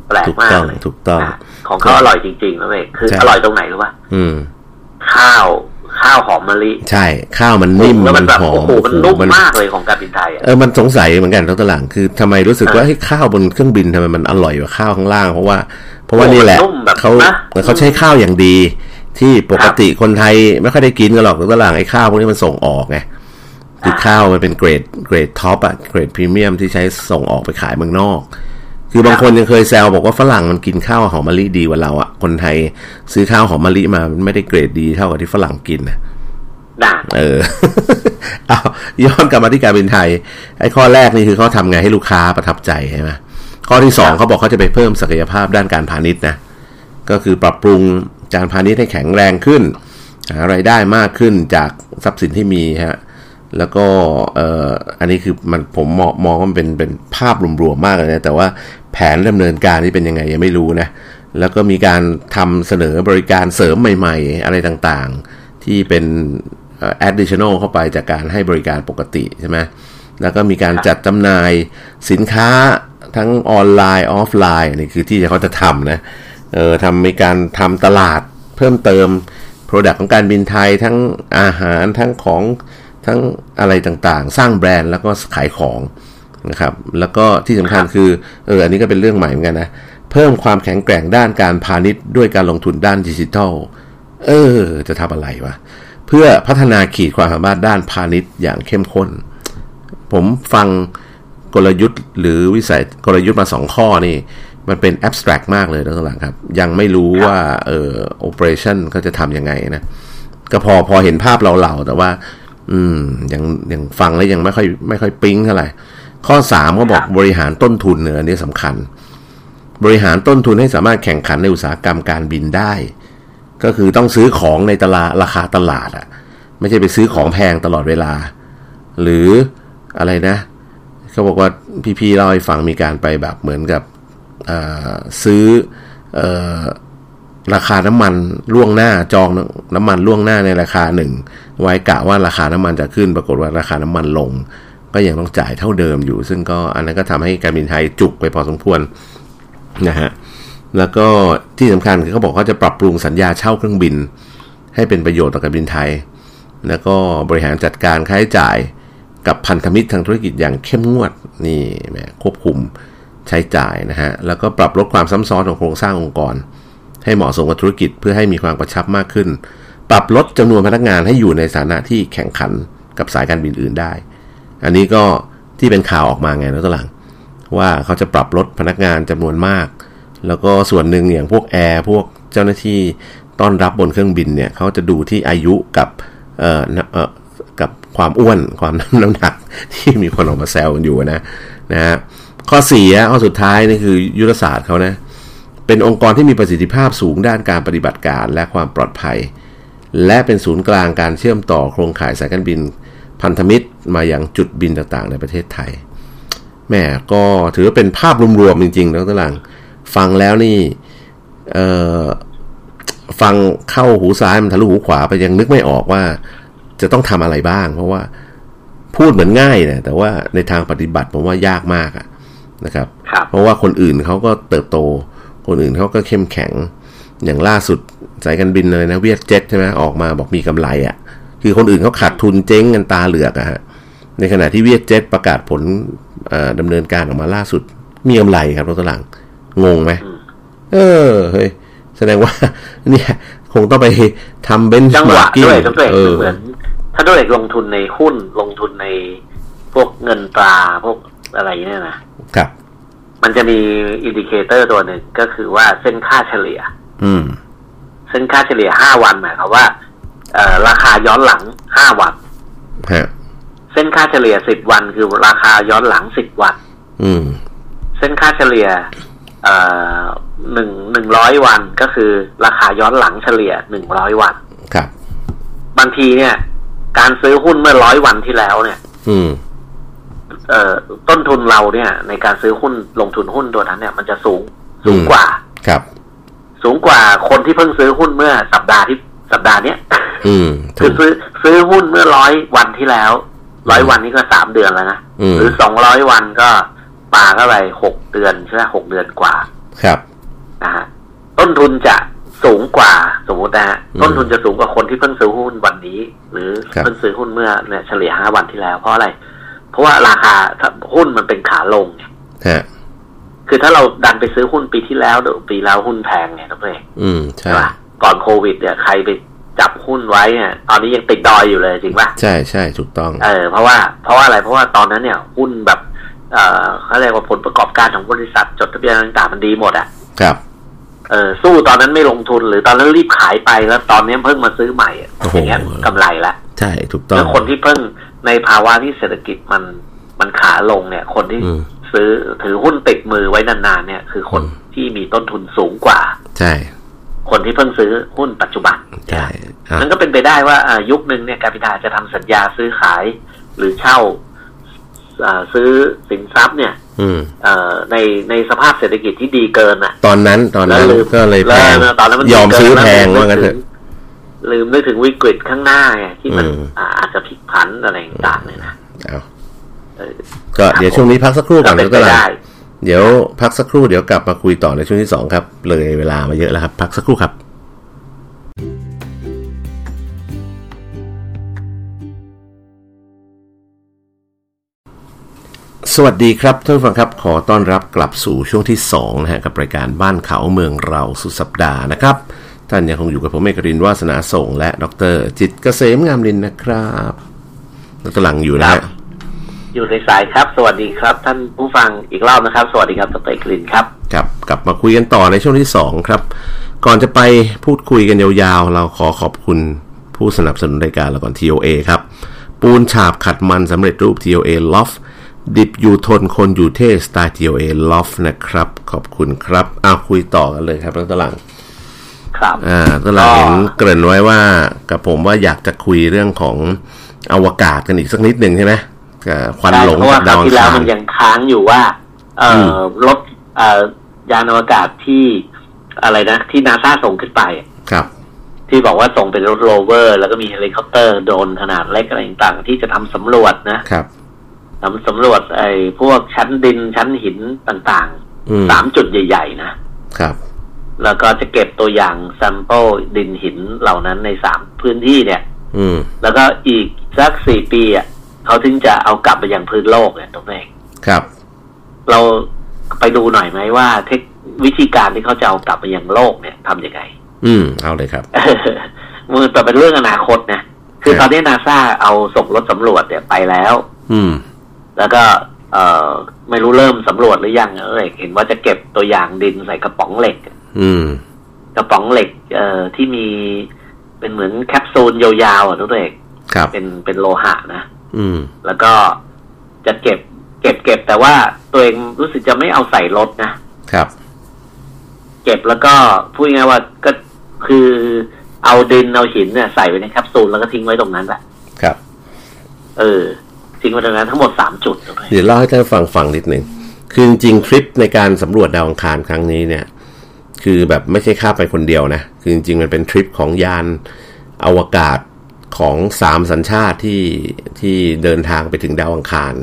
แปลก
ถูก
มาก
ต้อง
เลย
ถูกต้อง
นะของเขาอร่อยจริงๆนะเมฆคือ
ใช่
อร่อยตรงไหนรู้ป่ะ
อืม
ข้าวข้าวหอมมะลิ
ใช่ข้าวมันนิ่ม
แล้วมั
มัน น
แบบ
หอ
โอ้
ม
โหมันนุ่ม
โอ้โห
มากเลยของการบินไทยอ่ะ
เออมันสงสัยเหมือนกันทั้งตลางคือทำไมรู้สึกว่า
เออ
เฮ้ยข้าวบนเครื่องบินทำไมมันอร่อยกว่าข้าวข้างล่างเพราะว่า เพราะว่า
โอ้โห
นี่แหละ
นุ่มแบบ
เขา
นะ
เขาใช้ข้าวอย่างดี ที่ปกติคนไทยไม่ค่อยได้กินกันหรอกทั้งตลางไอ้ข้าวพวกนี้มันส่งออกไงคือข้าวมันเป็นเกรดเกรดท็อปอะเกรดพรีเมียมที่ใช้ส่งออกไปขายเมืองนอก คือบางคนยังเคยแซวบอกว่าฝรั่งมันกินข้าวหอมมะลิดีกว่าเราอะคนไทยซื้อข้าวหอมมะลิมามันไม่ได้เกรดดีเท่ากับที่ฝรั่งกินนะ
ะ
เออ *laughs* เอาย้อนกลับมาที่การบินไทย ไอ้ข้อแรกนี่คือเขาทำไงให้ลูกค้าประทับใจใช่ไหมข้อที่สองเขาบอกเขาจะไปเพิ่มศักยภาพด้านการพาณิชย์นะ ก็คือปรับปรุงการพาณิชย์ให้แข็งแรงขึ้น หารายได้มากขึ้นจากทรัพย์สินที่มีฮะ แล้วก็เอ่ออันนี้คือมันผมมองมองว่ามันเป็นเป็นภาพรวมๆมากเลยนะ แต่ว่าแผนดำเนินการนี่เป็นยังไงยังไม่รู้นะ แล้วก็มีการทำเสนอบริการเสริมใหม่ๆ อะไรต่างๆ ที่เป็นเอ่อ additional เข้าไปจากการให้บริการปกติใช่ไหมแล้วก็มีการจัดจำหน่ายสินค้าทั้งออนไลน์ออฟไลน์อันนี่คือที่เขาจะทำนะเออทำมีการทำตลาดเพิ่มเติม Product ของการบินไทยทั้งอาหารทั้งของ ทั้งอะไรต่างๆ สร้างแบรนด์แล้วก็ขายของนะครับ แล้วก็ที่สำคัญคือเอออันนี้ก็เป็นเรื่องใหม่เหมือนกันนะ เพิ่มความแข็งแกร่งด้านการพาณิชย์ด้วยการลงทุนด้านดิจิทัล เออ จะทำอะไรวะ เพื่อพัฒนาขีดความสามารถด้านพาณิชย์อย่างเข้มข้น ผมฟังกลยุทธ์ หรือวิสัยกลยุทธ์มาสองข้อนี่ มันเป็นแอบสแตรกมากเลยนะตอนหลังครับ ยังไม่รู้ว่าเออโอเปอเรชั่นก็จะทำยังไงนะ ก็พอพอเห็นภาพเราเหล่าๆแต่ว่า อืมยังยังฟังแล้วยังไม่ค่อยไม่ค่อยปิ๊งเท่าไหร่ ข้อสามก็บอกบริหารต้นทุนเนื้อนนี้สำคัญ บริหารต้นทุนให้สามารถแข่งขันในอุตสาหกรรมการบินได้ ก็คือต้องซื้อของในตลาดราคาตลาดอะไม่ใช่ไปซื้อของแพงตลอดเวลา หรืออะไรนะเขาบอกว่าพี่ๆเล่าให้ฟังมีการไปแบบเหมือนกับอ่าซื้อเออ ราคาน้ำมันล่วงหน้าจองน้ำมันล่วงหน้าในราคาหนึ่งไว้กะว่าราคาน้ำมันจะขึ้น ปรากฏว่าราคาน้ำมันลง ก็ยังต้องจ่ายเท่าเดิมอยู่ ซึ่งก็อันนั้นก็ทำให้การบินไทยจุกไปพอสมควรนะฮะแล้วก็ที่สำคัญคือเขาบอกเขาจะปรับปรุงสัญญาเช่าเครื่องบิน ให้เป็นประโยชน์ต่อการบินไทย แล้วก็บริหารจัดการค่าใช้จ่ายกับพันธมิตรทางธุรกิจอย่างเข้มงวดนี่แหมควบคุมใช้จ่ายนะฮะแล้วก็ปรับลดความซ้ำซ้อนของโครงสร้างองค์กร ให้เหมาะสมกับธุรกิจเพื่อให้มีความกระชับมากขึ้น ปรับลดจำนวนพนักงานให้อยู่ในสถานะที่แข่งขันกับสายการบินอื่นได้ อันนี้ก็ที่เป็นข่าวออกมาไงนะตวหลัง ว่าเขาจะปรับลดพนักงานจำนวนมาก แล้วก็ส่วนหนึ่งอย่างพวกแอร์พวกเจ้าหน้าที่ต้อนรับบนเครื่องบินเนี่ยเขาจะดูที่อายุกับเอ่อนะเอ่อกับความอ้วนความ น้ำหนักที่มีคนออกมาแซวกันอยู่นะนะฮะข้อสี่อะข้อสุดท้ายนี่คือยุทธศาสตร์เขานะ เป็นองค์กรที่มีประสิทธิภาพสูงด้านการปฏิบัติการและความปลอดภัย และเป็นศูนย์กลางการเชื่อมต่อโครงข่ายสายการบิน พันธมิตรมาอย่างจุดบินต่างๆ ในประเทศไทยแหม่ก็ถือว่าเป็นภาพรวมๆจริงๆแล้วตลังฟังแล้วนี่เอ่อฟังเข้าหูซ้ายมันทะลุหูขวาไปยังนึกไม่ออกว่า จะต้องทำอะไรบ้าง เพราะว่าพูดเหมือนง่ายนะแต่ว่าในทางปฏิบัติผมว่ายากมากอะนะครับ
ครับ
เพราะว่าคนอื่นเขาก็เติบโต คนอื่นเขาก็เข้มแข็ง อย่างล่าสุดสายการบินอะไรนะเวียดเจ็ตใช่ไหมออกมาบอกมีกำไรอะ่ะ คือคนอื่นเขาขาดทุนเจ๊งกันตาเหลือกอะฮะ ในขณะที่เวียดเจ็ตประกาศผลเอ่อดำเนินการออกมาล่าสุด มีกำไรครับรถตลัง งงไหม เออ เฮ้ย แสดงว่า *laughs* เนี่ย คงต้องไปทำเบน
จังห
มา
วะ
ร์กิ้ง
ด้วยจังหวะ
เออ
เหมือน ถ้าด้วยเอกลงทุนในหุ้นลงทุนในพวกเงินตราพวกอะไรเนี่ยนะครับ มันจะมีอินดิเคเตอร์ตัวหนึ่งก็คือว่าเส้นค่าเฉลี่ย
อืม
ซึ่งค่าเฉลี่ยห้าวันหมายความว่าเอ่อราคาย้อนหลังห้าวัน
ฮะ
เส้นค่าเฉลี่ยสิบวันคือราคาย้อนหลังสิบวัน
อืม
เส้นค่าเฉลี่ยเอ่อหนึ่งหนึ่งร้อยวันก็คือราคาย้อนหลังเฉลี่ยหนึ่งร้อยวัน
ครับ
บางทีเนี่ย การซื้อหุ้นเมื่อร้อยวันที่แล้วเนี่ย
อืม
เอ่อต้นทุนเราเนี่ย ในการซื้อหุ้นลงทุนหุ้นตัวนั้นเนี่ยมันจะสูงสูง
อืม
กว่า
ครับ
สูงกว่าคนที่เพิ่งซื้อหุ้นเมื่อสัปดาห์ที่สัปดาห์เนี้ย
อืม
คื
ถู
อก ซื้อซื้อหุ้นเมื่อร้อยวันที่แล้วร้อยวันนี้ก็สามเดือนแล้วนะ
อืม
หรือสองร้อยวันก็ปาเข้าไปหกเดือนใช่ไหมหกเดือนกว่า
ครับ
นะฮะต้นทุนจะสูงกว่าสมมตินะฮะ
อืม
ต้นทุนจะสูงกว่าคนที่เพิ่งซื้อหุ้นวันนี้ หรือ
ครับ
เพิ่งซื้อหุ้นเมื่อเนี่ยเฉลี่ยห้าวันที่แล้วเพราะอะไร เพราะว่าราคาถ้าหุ้นมันเป็นขาลงไง
ฮะ
คือถ้าเราดันไปซื้อหุ้นปีที่แล้วเดี๋ยวปีแล้วหุ้นแพงไงทุกเอง
อืม ใช่
ใช่ปะก่อนโควิดเนี่ยใครไปจับหุ้นไว้เนี่ยตอนนี้ยังติดดอยอยู่เลยจริงปะ
ใช่ใช่ถูกต้อง
เออเพราะว่าเพราะว่าอะไรเพราะว่าตอนนั้นเนี่ยหุ้นแบบเออเขาเรียกว่าผลประกอบการของบริษัทจดทะเบียนอะไรต่างๆมันดีหมดอะ่ะ
ครับ
เออสู้ตอนนั้นไม่ลงทุนหรือตอนนั้นรีบขายไปแล้วตอนนี้เพิ่งมาซื้อใหม่อะ
โอ้โห
อย่างเงี้ยกำไรละ
ใช่ถูกต้อง
แล้วคนที่เพิ่งในภาวะที่เศรษฐกิจมันมันขาลงเนี่ย คนที่
อืม
ซื้อถือหุ้นติดมือไว้นานๆเนี่ย คือคนที่มีต้นทุนสูงกว่า
ใช่
คนที่เพิ่งซื้อหุ้นปัจจุบัน
ใช่อ่ะ
มันก็เป็นไปได้ว่าอ่ายุคหนึ่งเนี่ยการพิธาจะทำสัญญาซื้อขาย หรือเช่าอ่าซื้อสินทรัพย์เนี่ย
อืม
เอ่อในในสภาพเศรษฐกิจที่ดีเกินอ่ะ
ตอนนั้นตอนนั้น
แล้วลืม
ก็เลยแพง
แล้วตอนนั้นมัน
ยอมซื้อแพง
เกินแล้ว
ว่างั้นเถอะ
ลืมนึกถึงวิกฤตข้างหน้าไงที่มัน
อืม
อาอาจจะพลิกผันอะไรต่างๆเนี่ยนะ
เอา
เออ
ก็เดี๋ยวช่วงนี้พักสักครู่ก่
ก็
อน
เป็น
แล้ว
ไป
ก็ลา
ได้
เดี๋ยวพักสักครู่เดี๋ยวกลับมาคุยต่อในช่วงที่สองครับ เลยเวลามาเยอะแล้วครับ พักสักครู่ครับ สวัสดีครับท่านผู้ฟังครับ ขอต้อนรับกลับสู่ช่วงที่2นะฮะกับรายการบ้านเขาเมืองเราสุดสัปดาห์นะครับ ท่านยังคงอยู่กับผมเอกรินทร์วาสนาส่งและดรจิตรเกษมงามลินนะครับแล้วกำลังอยู่นะ
ครั
ฮะ
บ อยู่ในสายครับ สวัสดีครับ ท่านผู้ฟังอีกรอบนะครับ สวัสดีครับสเตกลินครับ
ครับกลับมาคุยกันต่อในช่วงที่ 2 ครับ ก่อนจะไปพูดคุยกันยาวๆ เราขอขอบคุณผู้สนับสนุนรายการเราก่อน TOA ครับ ปูนฉาบขัดมันสำเร็จรูป TOA Loft ดิบอยู่ทนคนอยู่เท่สไตล์ TOA Loft นะครับ ขอบคุณครับอ้าวคุยต่อกันเลยครับแล้วตลัง
ครับ
อ่าตลังเห็นเกริ่นไว้ว่ากับผมว่าอยากจะคุยเรื่องของอวกาศกันอีกสักนิดหนึ่งใช่ไหมกับควันหลง
เพราะ
กับ
ว่าครา
ดาว วอั
ที่
ง
แล้ว
คาร
มันยังค้างอยู่ว่า เอออรถเอ่อยานอวกาศที่อะไรนะ ที่นาซาส่งขึ้นไปอะ
ครับ
ที่บอกว่าส่งเป็นรถโรเวอร์ แล้วก็มีเฮลิคอปเตอร์โดรนขนาดเล็กอะไรต่างๆ ที่จะทำสำรวจนะครับ ทำสำรวจไอ้พวกชั้นดินชั้นหินต่าง
อืม
ๆสามจุดใหญ่ๆนะ
ครับ
แล้วก็จะเก็บตัวอย่างซัมเปิลดินหินเหล่านั้นในสามพื้นที่เนี่ย
อืม
แล้วก็อีกสักสี่ปีอ่ะเขาถึงจะเอากลับไปยังพื้นโลกเนี่ยตรงนี้
ครับ
เราไปดูหน่อยไหมว่าเทควิธีการที่เขาจะเอากลับไปยังโลกเนี่ยทำยังไง *laughs*
อืมเอาเลยครับ
มือแต่เป็นเรื่องอนาคตนะ คื
ค
อ
รับ
ตอนนี้นาซาเอาส่งรถสำรวจเนี่ยไปแล้ว
อืม
แล้วก็ เอ่อไม่รู้เริ่มสำรวจหรือยังเอยเห็นว่าจะเก็บตัวอย่างดินใส่กระป๋องเหล็ก
อืม
กระป๋องเหล็ก เอ่อที่มีเป็นเหมือนแคปซูลยาวๆอ่ะทุกเอก
ครับ
เป็นเป็นโลหะนะ
อืม
แล้วก็จะเก็บ เก็บเก็บแต่ว่าตัวเองรู้สึกจะไม่เอาใส่รถนะ
ครับ
เก็บแล้วก็พูดง่ายๆว่าก็คือเอาดินเอาหินเนี่ยใส่ไว้ในแคปซูลแล้วก็ทิ้งไว้ตรงนั้นแหละ
ครับ
เออทิ้งไว้ตรงนั้นทั้งหมดสามจุดถูกไหม
เดี๋ยวเล่าให้ท่านฟังฟังนิดหนึ่ง คือจริงๆทริปในการสำรวจดาวอังคารครั้งนี้เนี่ย คือแบบไม่ใช่ข้าไปคนเดียวนะ คือจริงๆมันเป็นทริปของยานอวกาศของสามสัญชาติที่ที่เดินทางไปถึงดาวอังคาร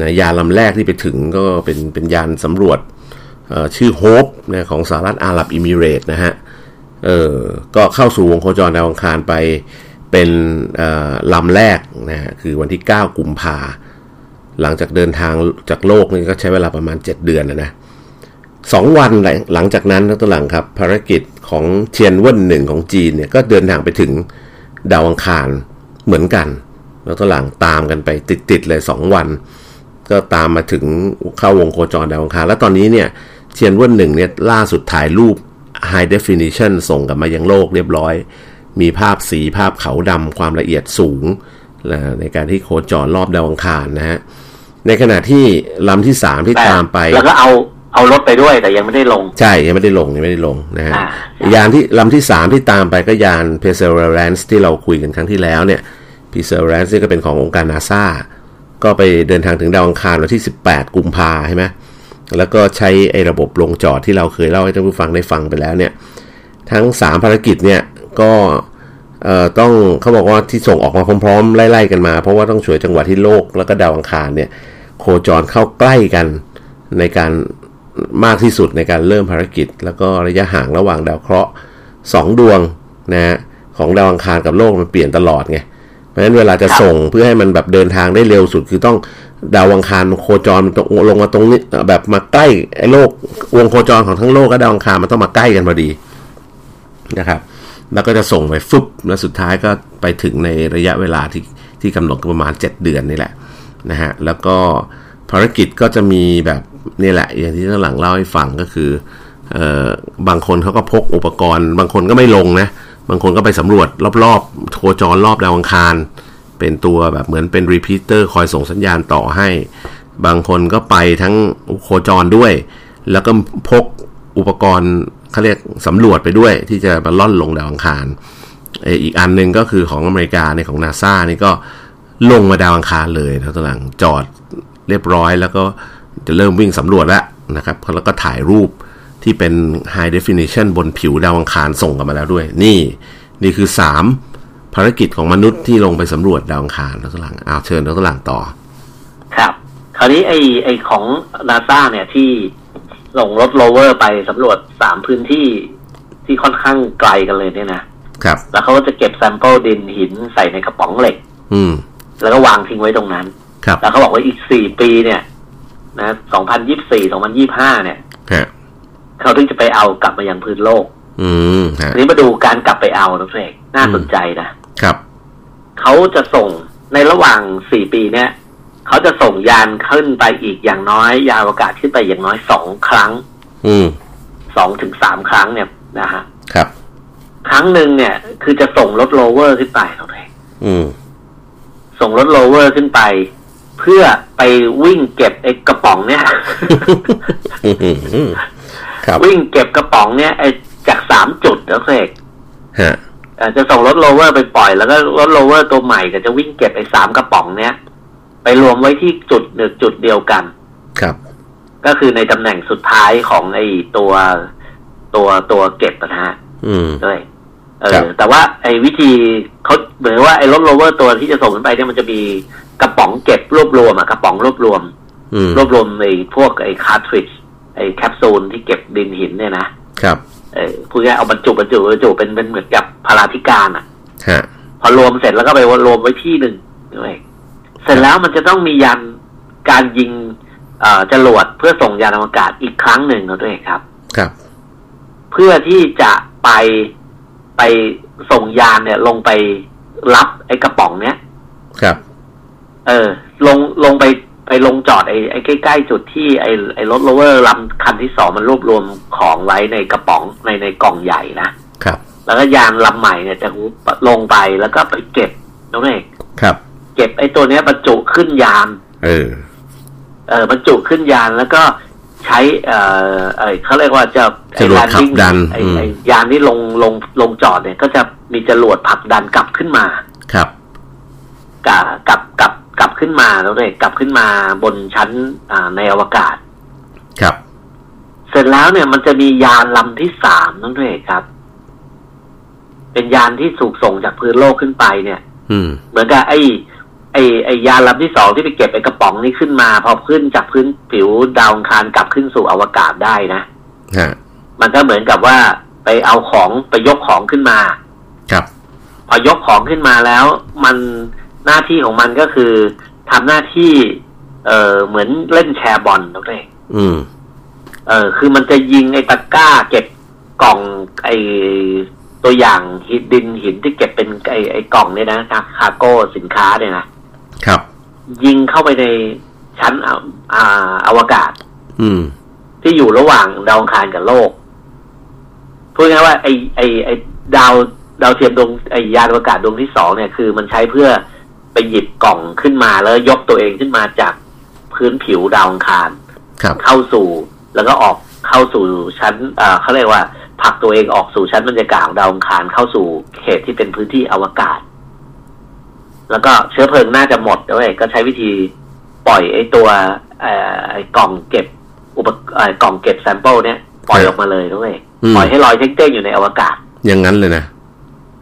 นะยานลำแรกที่ไปถึงก็เป็นเป็นยานสำรวจเอ่อชื่อโฮปนะของสหรัฐอาหรับอิมิเรตส์นะฮะ เออ ก็เข้าสู่วงโคจรดาวอังคารไปเป็นเอ่อลำแรกนะฮะคือวันที่ 9 กุมภา หลังจากเดินทางจากโลกนี่ก็ใช้เวลาประมาณ 7 เดือนนะนะสองวันหลังหลังจากนั้นนะตัวหลังครับ ภารกิจของเทียนเว่นหนึ่งของจีนเนี่ยก็เดินทางไปถึงดาวอังคารเหมือนกัน แล้วตัวหลังตามกันไปติดๆเลย 2 วัน ก็ตามมาถึงเข้าวงโคจรดาวอังคาร แล้วตอนนี้เนี่ยเทียนเว่นหนึ่งเนี่ยล่าสุดถ่ายรูป High Definition ส่งกลับมายังโลกเรียบร้อย มีภาพสีภาพขาวดำความละเอียดสูง นะฮะในการที่โคจรรอบดาวอังคารนะฮะในขณะที่ลำที่สามที่
แต่
ตามไป
แล้วก็เอาเอารถไปด้วยแต่ยังไม่ได้ลง
ใช่ยังไม่ได้ลงยังไม่ได้ลงนะฮะ
อ่า
ยานที่ลำที่สามที่ตามไปก็ยาน Perseverance ที่เราคุยกันครั้งที่แล้วเนี่ย Perseverance นี่ก็เป็นขององค์การนาซาก็ไปเดินทางถึงดาวอังคารวันที่ 18 กุมภาใช่ไหมแล้วก็ใช้ไอ้ระบบลงจอดที่เราเคยเล่าให้ท่านผู้ฟังได้ฟังไปแล้วเนี่ย ทั้ง 3 ภารกิจเนี่ยก็เอ่อต้องเขาบอกว่าที่ส่งออกมาพร้อมๆ ไล่ๆกันมา เพราะว่าต้องฉวยจังหวะที่โลกแล้วก็ดาวอังคารเนี่ยโคจรเข้าใกล้กันในการมากที่สุดในการเริ่มภารกิจ แล้วก็ระยะห่างระหว่างดาวเคราะห์ 2 ดวงนะฮะของดาวอังคารกับโลกมันเปลี่ยนตลอดไงเพราะฉะนั้นเวลาจะส่งเพื่อให้มันแบบเดินทางได้เร็วสุด คือต้องดาวอังคารโคจรมันต้องลงมาตรงนี้เอ่อแบบมาใกล้ไอ้โลกวงโคจรของทั้งโลกกับดาวอังคารมันต้องมาใกล้กันพอดี นะครับ แล้วก็จะส่งไปฟึบ แล้วสุดท้ายก็ไปถึงในระยะเวลาที่ที่กำหนดก็ประมาณ 7 เดือนนี่แหละนะฮะ แล้วก็ภารกิจก็จะมีแบบนี่แหละ อย่างที่ท่านหลังเล่าให้ฟังก็คือเอ่อบางคนเขาก็พกอุปกรณ์ บางคนก็ไม่ลงนะ บางคนก็ไปสำรวจรอบๆโคจรรอบดาวอังคาร เป็นตัวแบบเหมือนเป็นรีพีเตอร์คอยส่งสัญญาณต่อให้ บางคนก็ไปทั้งโคจรด้วย แล้วก็พกอุปกรณ์เขาเรียกสำรวจไปด้วย ที่จะมาล่อนลงดาวอังคารเอ่ออีกอันหนึ่งก็คือของอเมริกาในยของนาซานี่ก็ลงมาดาวอังคารเลยแล้วตอนหลังจอดเรียบร้อย แล้วก็จะเริ่มวิ่งสำรวจแล้วนะครับแล้วก็ถ่ายรูปที่เป็น High Definition บนผิวดาวอังคารส่งกลับมาแล้วด้วย นี่นี่คือ 3 ภารกิจของมนุษย์ที่ลงไปสำรวจดาวอังคารแล้วตอนหลังอ้าวเชิญแล้วตอนหลังต่อ
ครับ คราวนี้ไอไอของนาซาเนี่ยที่ลงรถโรเวอร์ไปสำรวจสามพื้นที่ที่ค่อนข้างไกลกันเลยเนี่ยนะครับ แล้วเขาก็จะเก็บแซมเปิลดินหินใส่ในกระป๋องเหล็ก
อืม
แล้วก็วางทิ้งไว้ตรงนั้น
ครับ
แล้วเขาบอกว่าอีกสี่ปีเนี่ยนะสองพันยี่สี่สองพันยี่ห้าเนี่ย
ฮะ
เขาถึงจะไปเอากลับมายังพื้นโลก
อืมฮะ
ทีนี้มาดูการกลับไปเอานะเพลงน่าสนใจนะ
ครับ
เขาจะส่งในระหว่างสี่ปีเนี่ยเขาจะส่งยานขึ้นไปอีกอย่างน้อย ยานอวกาศขึ้นไปอย่างน้อยสองครั้ง
อืม
สองถึงสามครั้งเนี่ยนะฮะ
ครับ
ครั้งหนึ่งเนี่ย คือจะส่งรถโรเวอร์ขึ้นไปเราเอง
อืม
ส่งรถโรเวอร์ขึ้นไป เพื่อไปวิ่งเก็บไอ้กระป๋องเนี่ย *laughs*
อืมอืมอืมครับ
วิ่งเก็บกระป๋องเนี่ยไอ้จากสามจุดนะเอก
ฮะ
เอ่อจะส่งรถโรเวอร์ไปปล่อยแล้วก็รถโรเวอร์ตัวใหม่ก็จะวิ่งเก็บไอ้สามกระป๋องเนี่ยไปรวมไว้ที่จุดหนึ่งจุดเดียวกัน
ครับ
ก็คือในตำแหน่งสุดท้ายของไอ้ตัวตัวตัวเก็บนะฮะ
อืม
ด้วยเอ
ครั
อบ แต่ว่าไอ้วิธีเขาเหมือนว่าไอ้รถโรเวอร์ตัวที่จะส่งขึ้นไปเนี่ยมันจะมีกระป๋องเก็บรวบรวมอะกระป๋องรวบรวม
อืม
รวบรวมไอ้พวกไอ้คาร์ทริดไอ้แคปซูลที่เก็บดินหินเนี่ยนะครับ เออพูดง่ายๆเอาบรรจุบรรจุบรรจุเป็นเป็นเหมือนกับพาราธิการอะ
ฮะ
พอรวมเสร็จแล้วก็ไปรวมไว้ที่หนึ่งด้วยเสร็จแล้วมันจะต้องมียานการยิงเอ่อจรวดเพื่อส่งยานอวกาศอีกครั้งหนึ่งนะด้วยครับ
ครับ
เพื่อที่จะไปไปส่งยานเนี่ย ลงไปรับไอ้กระป๋องเนี้ย
ครับ
เออ ลงลงไปไปลงจอดไอ้ไอ้ใกล้ๆจุดที่ไอ้ไอ้รถโรเวอร์ลำคันที่สองมันรวบรวมของไว้ในกระป๋องในในกล่องใหญ่นะครับ แล้วก็ยานลำใหม่เนี่ยจะลงไปแล้วก็ไปเก็บน้องเอก
ครับ
เก็บไอ้ตัวเนี้ยบรรจุขึ้นยาน
เออ
เออบรรจุขึ้นยานแล้วก็ใช้เอ่อไอ้เขาเรียกว่าจะ
จรวด
นวิ่ง
ขับดัน
ไอ้
อืม
ไอ้ยานที่ลงลงลงจอดเนี่ย ก็จะมีจรวดผลักดันกลับขึ้นมา
ครับ
กลับกลับกลับกลับขึ้นมาแล้วเลยกลับขึ้นมาบนชั้นอ่าในอวกาศ
ครับ
เสร็จแล้วเนี่ยมันจะมียานลำที่สามนั่นด้วยครับ เป็นยานที่ถูกส่งจากพื้นโลกขึ้นไปเนี่ย
อืม
เหมือนกับไอ้ไอ้ไอ้ยานลำที่สองที่ไปเก็บไอ้กระป๋องนี้ขึ้นมา พอขึ้นจากพื้นผิวดาวอังคารกลับขึ้นสู่อวกาศได้นะ
ฮะ
มันก็เหมือนกับว่าไปเอาของไปยกของขึ้นมา
ครับ
พอยกของขึ้นมาแล้ว มันหน้าที่ของมันก็คือทำหน้าที่ เออเหมือนเล่นแชร์บอลนั่นเอง
อืม
เออ คือมันจะยิงไอ้ตะกร้า เก็บกล่องไอ้ตัวอย่างหินดินหินที่เก็บเป็นไอ้ไอ้กล่องเนี่ยนะคาคาโก้สินค้าเนี่ยนะ
ครับ
ยิงเข้าไปในชั้นอวอ่าอวกาศ
อืม
ที่อยู่ระหว่างดาวอังคารกับโลกพูดง่ายๆว่าไอไอไอดาวดาวเทียมดวงไอยานอวกาศดวงที่สองเนี่ยคือมันใช้เพื่อ ไปหยิบกล่องขึ้นมาแล้วยกตัวเองขึ้นมาจากพื้นผิวดาวอังคาร
ครับ
เข้าสู่แล้วก็ออกเข้าสู่ชั้นเอ่อเขาเรียกว่าผลักตัวเองออกสู่ชั้นบรรยากาศของดาวอังคารเข้าสู่เขตที่เป็นพื้นที่อวกาศ แล้วก็เชื้อเพลิงน่าจะหมดด้วยก็ใช้วิธีปล่อยไอ้ตัวเอ่อไอ้กล่องเก็บอุปเอ่อกล่องเก็บแซมเปิลเนี่ยปล่อยออกมาเลยด้วย
อืม
ปล่อยให้ลอยเท่งๆอยู่ในอวกาศ
อย่างนั้นเลยนะ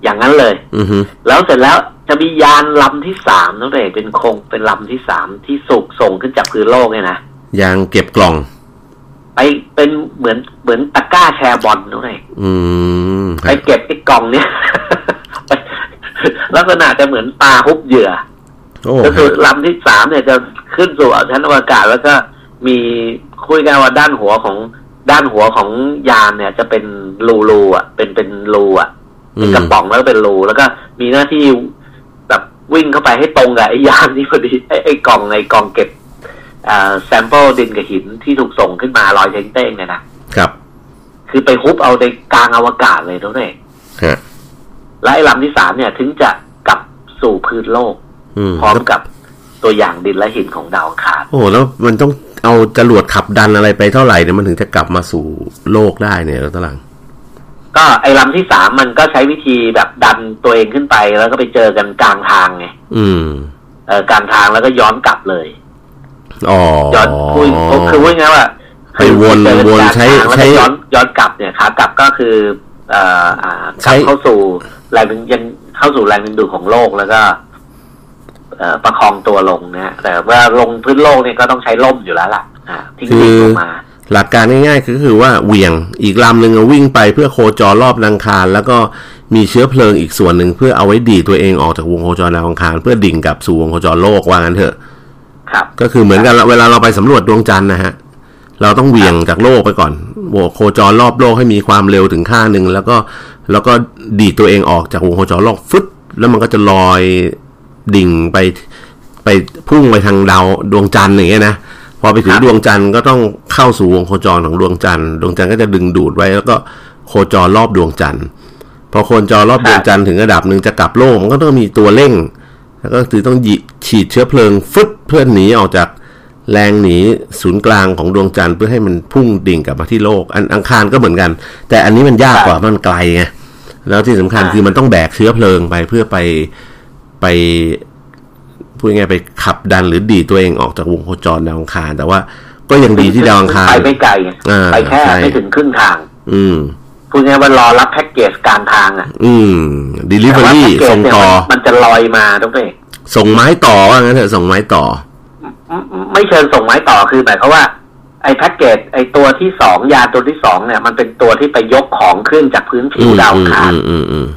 อย่างนั้นเลย
อือฮึ
แล้วเสร็จแล้วจะมียานลำที่สามนั่นเองเป็นโครงเป็นลำที่สามที่สูกส่งขึ้นจากพื้นโลกเนี่ยนะ
ยางเก็บกล่อง
ไปเป็นเหมือนเหมือนตะกร้าแชร์บอลนู่นไง
อืมค
ไป
รับ
เก็บไอ้กล่องเนี้ย *laughs* ลักษณะจะเหมือนปลาฮุบเหยื่อ
โอ้
ก็คือ
ฮะ
ลำที่สามเนี่ยจะขึ้นสู่ชั้นอวกาศแล้วก็มีคุยกันว่าด้านหัวของด้านหัวของยานเนี่ย จะเป็นรูรูๆอ่ะ เป็นเป็นรูอ่ะ
อื
เป็น
ม
กระป๋องแล้วก็เป็นรูแล้วก็มีหน้าที่แบบวิ่งเข้าไปให้ตรงกับไอ้ยานนี่พอดีไอ้ไอ้กล่องไอ้กล่องเก็บอ่าแซมเปิลดินกับหินที่ถูกส่งขึ้นมาลอยเท้งเต้งเนี่ยนะ
ครับ
คือไปฮุบเอาในกลางอวกาศเลยนั่นเอง
ฮะ
และไอ้ลำที่สามเนี่ย ถึงจะกลับสู่พื้นโลก
อืม
พร้อม
แล้ว
กับตัวอย่างดินและหินของดาวอังคาร
โอ้โหแล้วมันต้องเอาจรวดขับดันอะไรไปเท่าไหร่เนี่ยมันถึงจะกลับมาสู่โลกได้เนี่ยแล้วตลัง
ก็ไอ้ลำที่สามมันก็ใช้วิธีแบบดันตัวเองขึ้นไป แล้วก็ไปเจอกันกลางทางไง
อืม
เออกลางทางแล้วก็ย้อนกลับเลย
อ๋อ
ย้อนคุยคือพูดง่ายๆว่า
ไปวน
เจอกั
วน
กลาง
ใช้
ทางแล้ว
ใช้
ก็ย้อนย้อนกลับเนี่ยขากลับก็คือเอ่ออ่าก
ใช้
ลับเข้าสู่แรงดึงยังเข้าสู่แรงดึงดูดของโลกแล้วก็ เอ่อประคองตัวลงนะฮะแต่ว่าลงพื้นโลกเนี่ยก็ต้องใช้ล่มอยู่แล้วล่ะอ่าทิ้งดิ่งลงมา
หลักการง่ายๆก็คือว่าเหวี่ยงอีกลำหนึ่งอะวิ่งไปเพื่อโคจรรอบดาวอังคาร แล้วก็มีเชื้อเพลิงอีกส่วนหนึ่งเพื่อเอาไว้ดีดตัวเองออกจากวงโคจรดาวอังคาร เพื่อดิ่งกลับสู่วงโคจรโลกว่างั้นเถอะ
ครับ
ก็คือเหมือนกันเวลาเราไปสำรวจดวงจันทร์นะฮะ เราต้องเหวี่ยงจากโลกไปก่อนวงโคจรรอบโลกให้มีความเร็วถึงค่าหนึ่งแล้วก็แล้วก็ดีดตัวเองออกจากวงโคจรโลกฟึดแล้วมันก็จะลอยดิ่งไปไปพุ่งไปทางดาวดวงจันทร์อย่างเงี้ยนะพอไปถึ
ค
ง
รับ
ดวงจันทร์ก็ต้องเข้าสู่วงโคจรของดวงจันทร์ดวงจันทร์ก็จะดึงดูดไว้แล้วก็โคจรรอบดวงจันทร์พอโคจรรอบดวงจันทร์ถึงระดับหนึ่งจะกลับโลกมันก็ต้องมีตัวเร่ง แล้วก็คือต้องหยิฉีดเชื้อเพลิงฟึบเพื่อหนีออกจากแรงหนีศูนย์กลางของดวงจันทร์เพื่อให้มันพุ่งดิ่งกลับมาที่โลก อันอังคารก็เหมือนกัน แต่อันนี้มันยากกว่ามันไกลไงแล้วที่สำคัญ
ครับ
คือมันต้องแบกเชื้อเพลิงไปเพื่อไปไปพูดง่ายๆไปขับดันหรือดีดตัวเองออกจากวงโคจรดาวอังคาร แต่ว่าก็ยังดีที่ดาวอังคาร
ไปไม่ไกลไง
อ่า
ไปแค่
ใช่
ไม่ถึงครึ่งทาง
อืม
พูดง่ายๆว่ารอรับแพ็กเกจกลางทางอ่ะ
อืม
แต่ว่า
delivery
แพ็กเกจ
ส่ง
เนี่ย
ต่อ
มันมันจะลอยมาต้องไป
ส่งไม้ต่อว่างั้นเถอะส่งไม้ต่อ
ไม่ไม่เชิญส่งไม้ต่อคือหมายความว่าไอ้แพ็กเกจไอ้ตัวที่สองยาตัวที่สองเนี่ย มันเป็นตัวที่ไปยกของขึ้นจากพื้นผิ
อืม
วดาว
อืม
อังคาร
อืมอืมอืม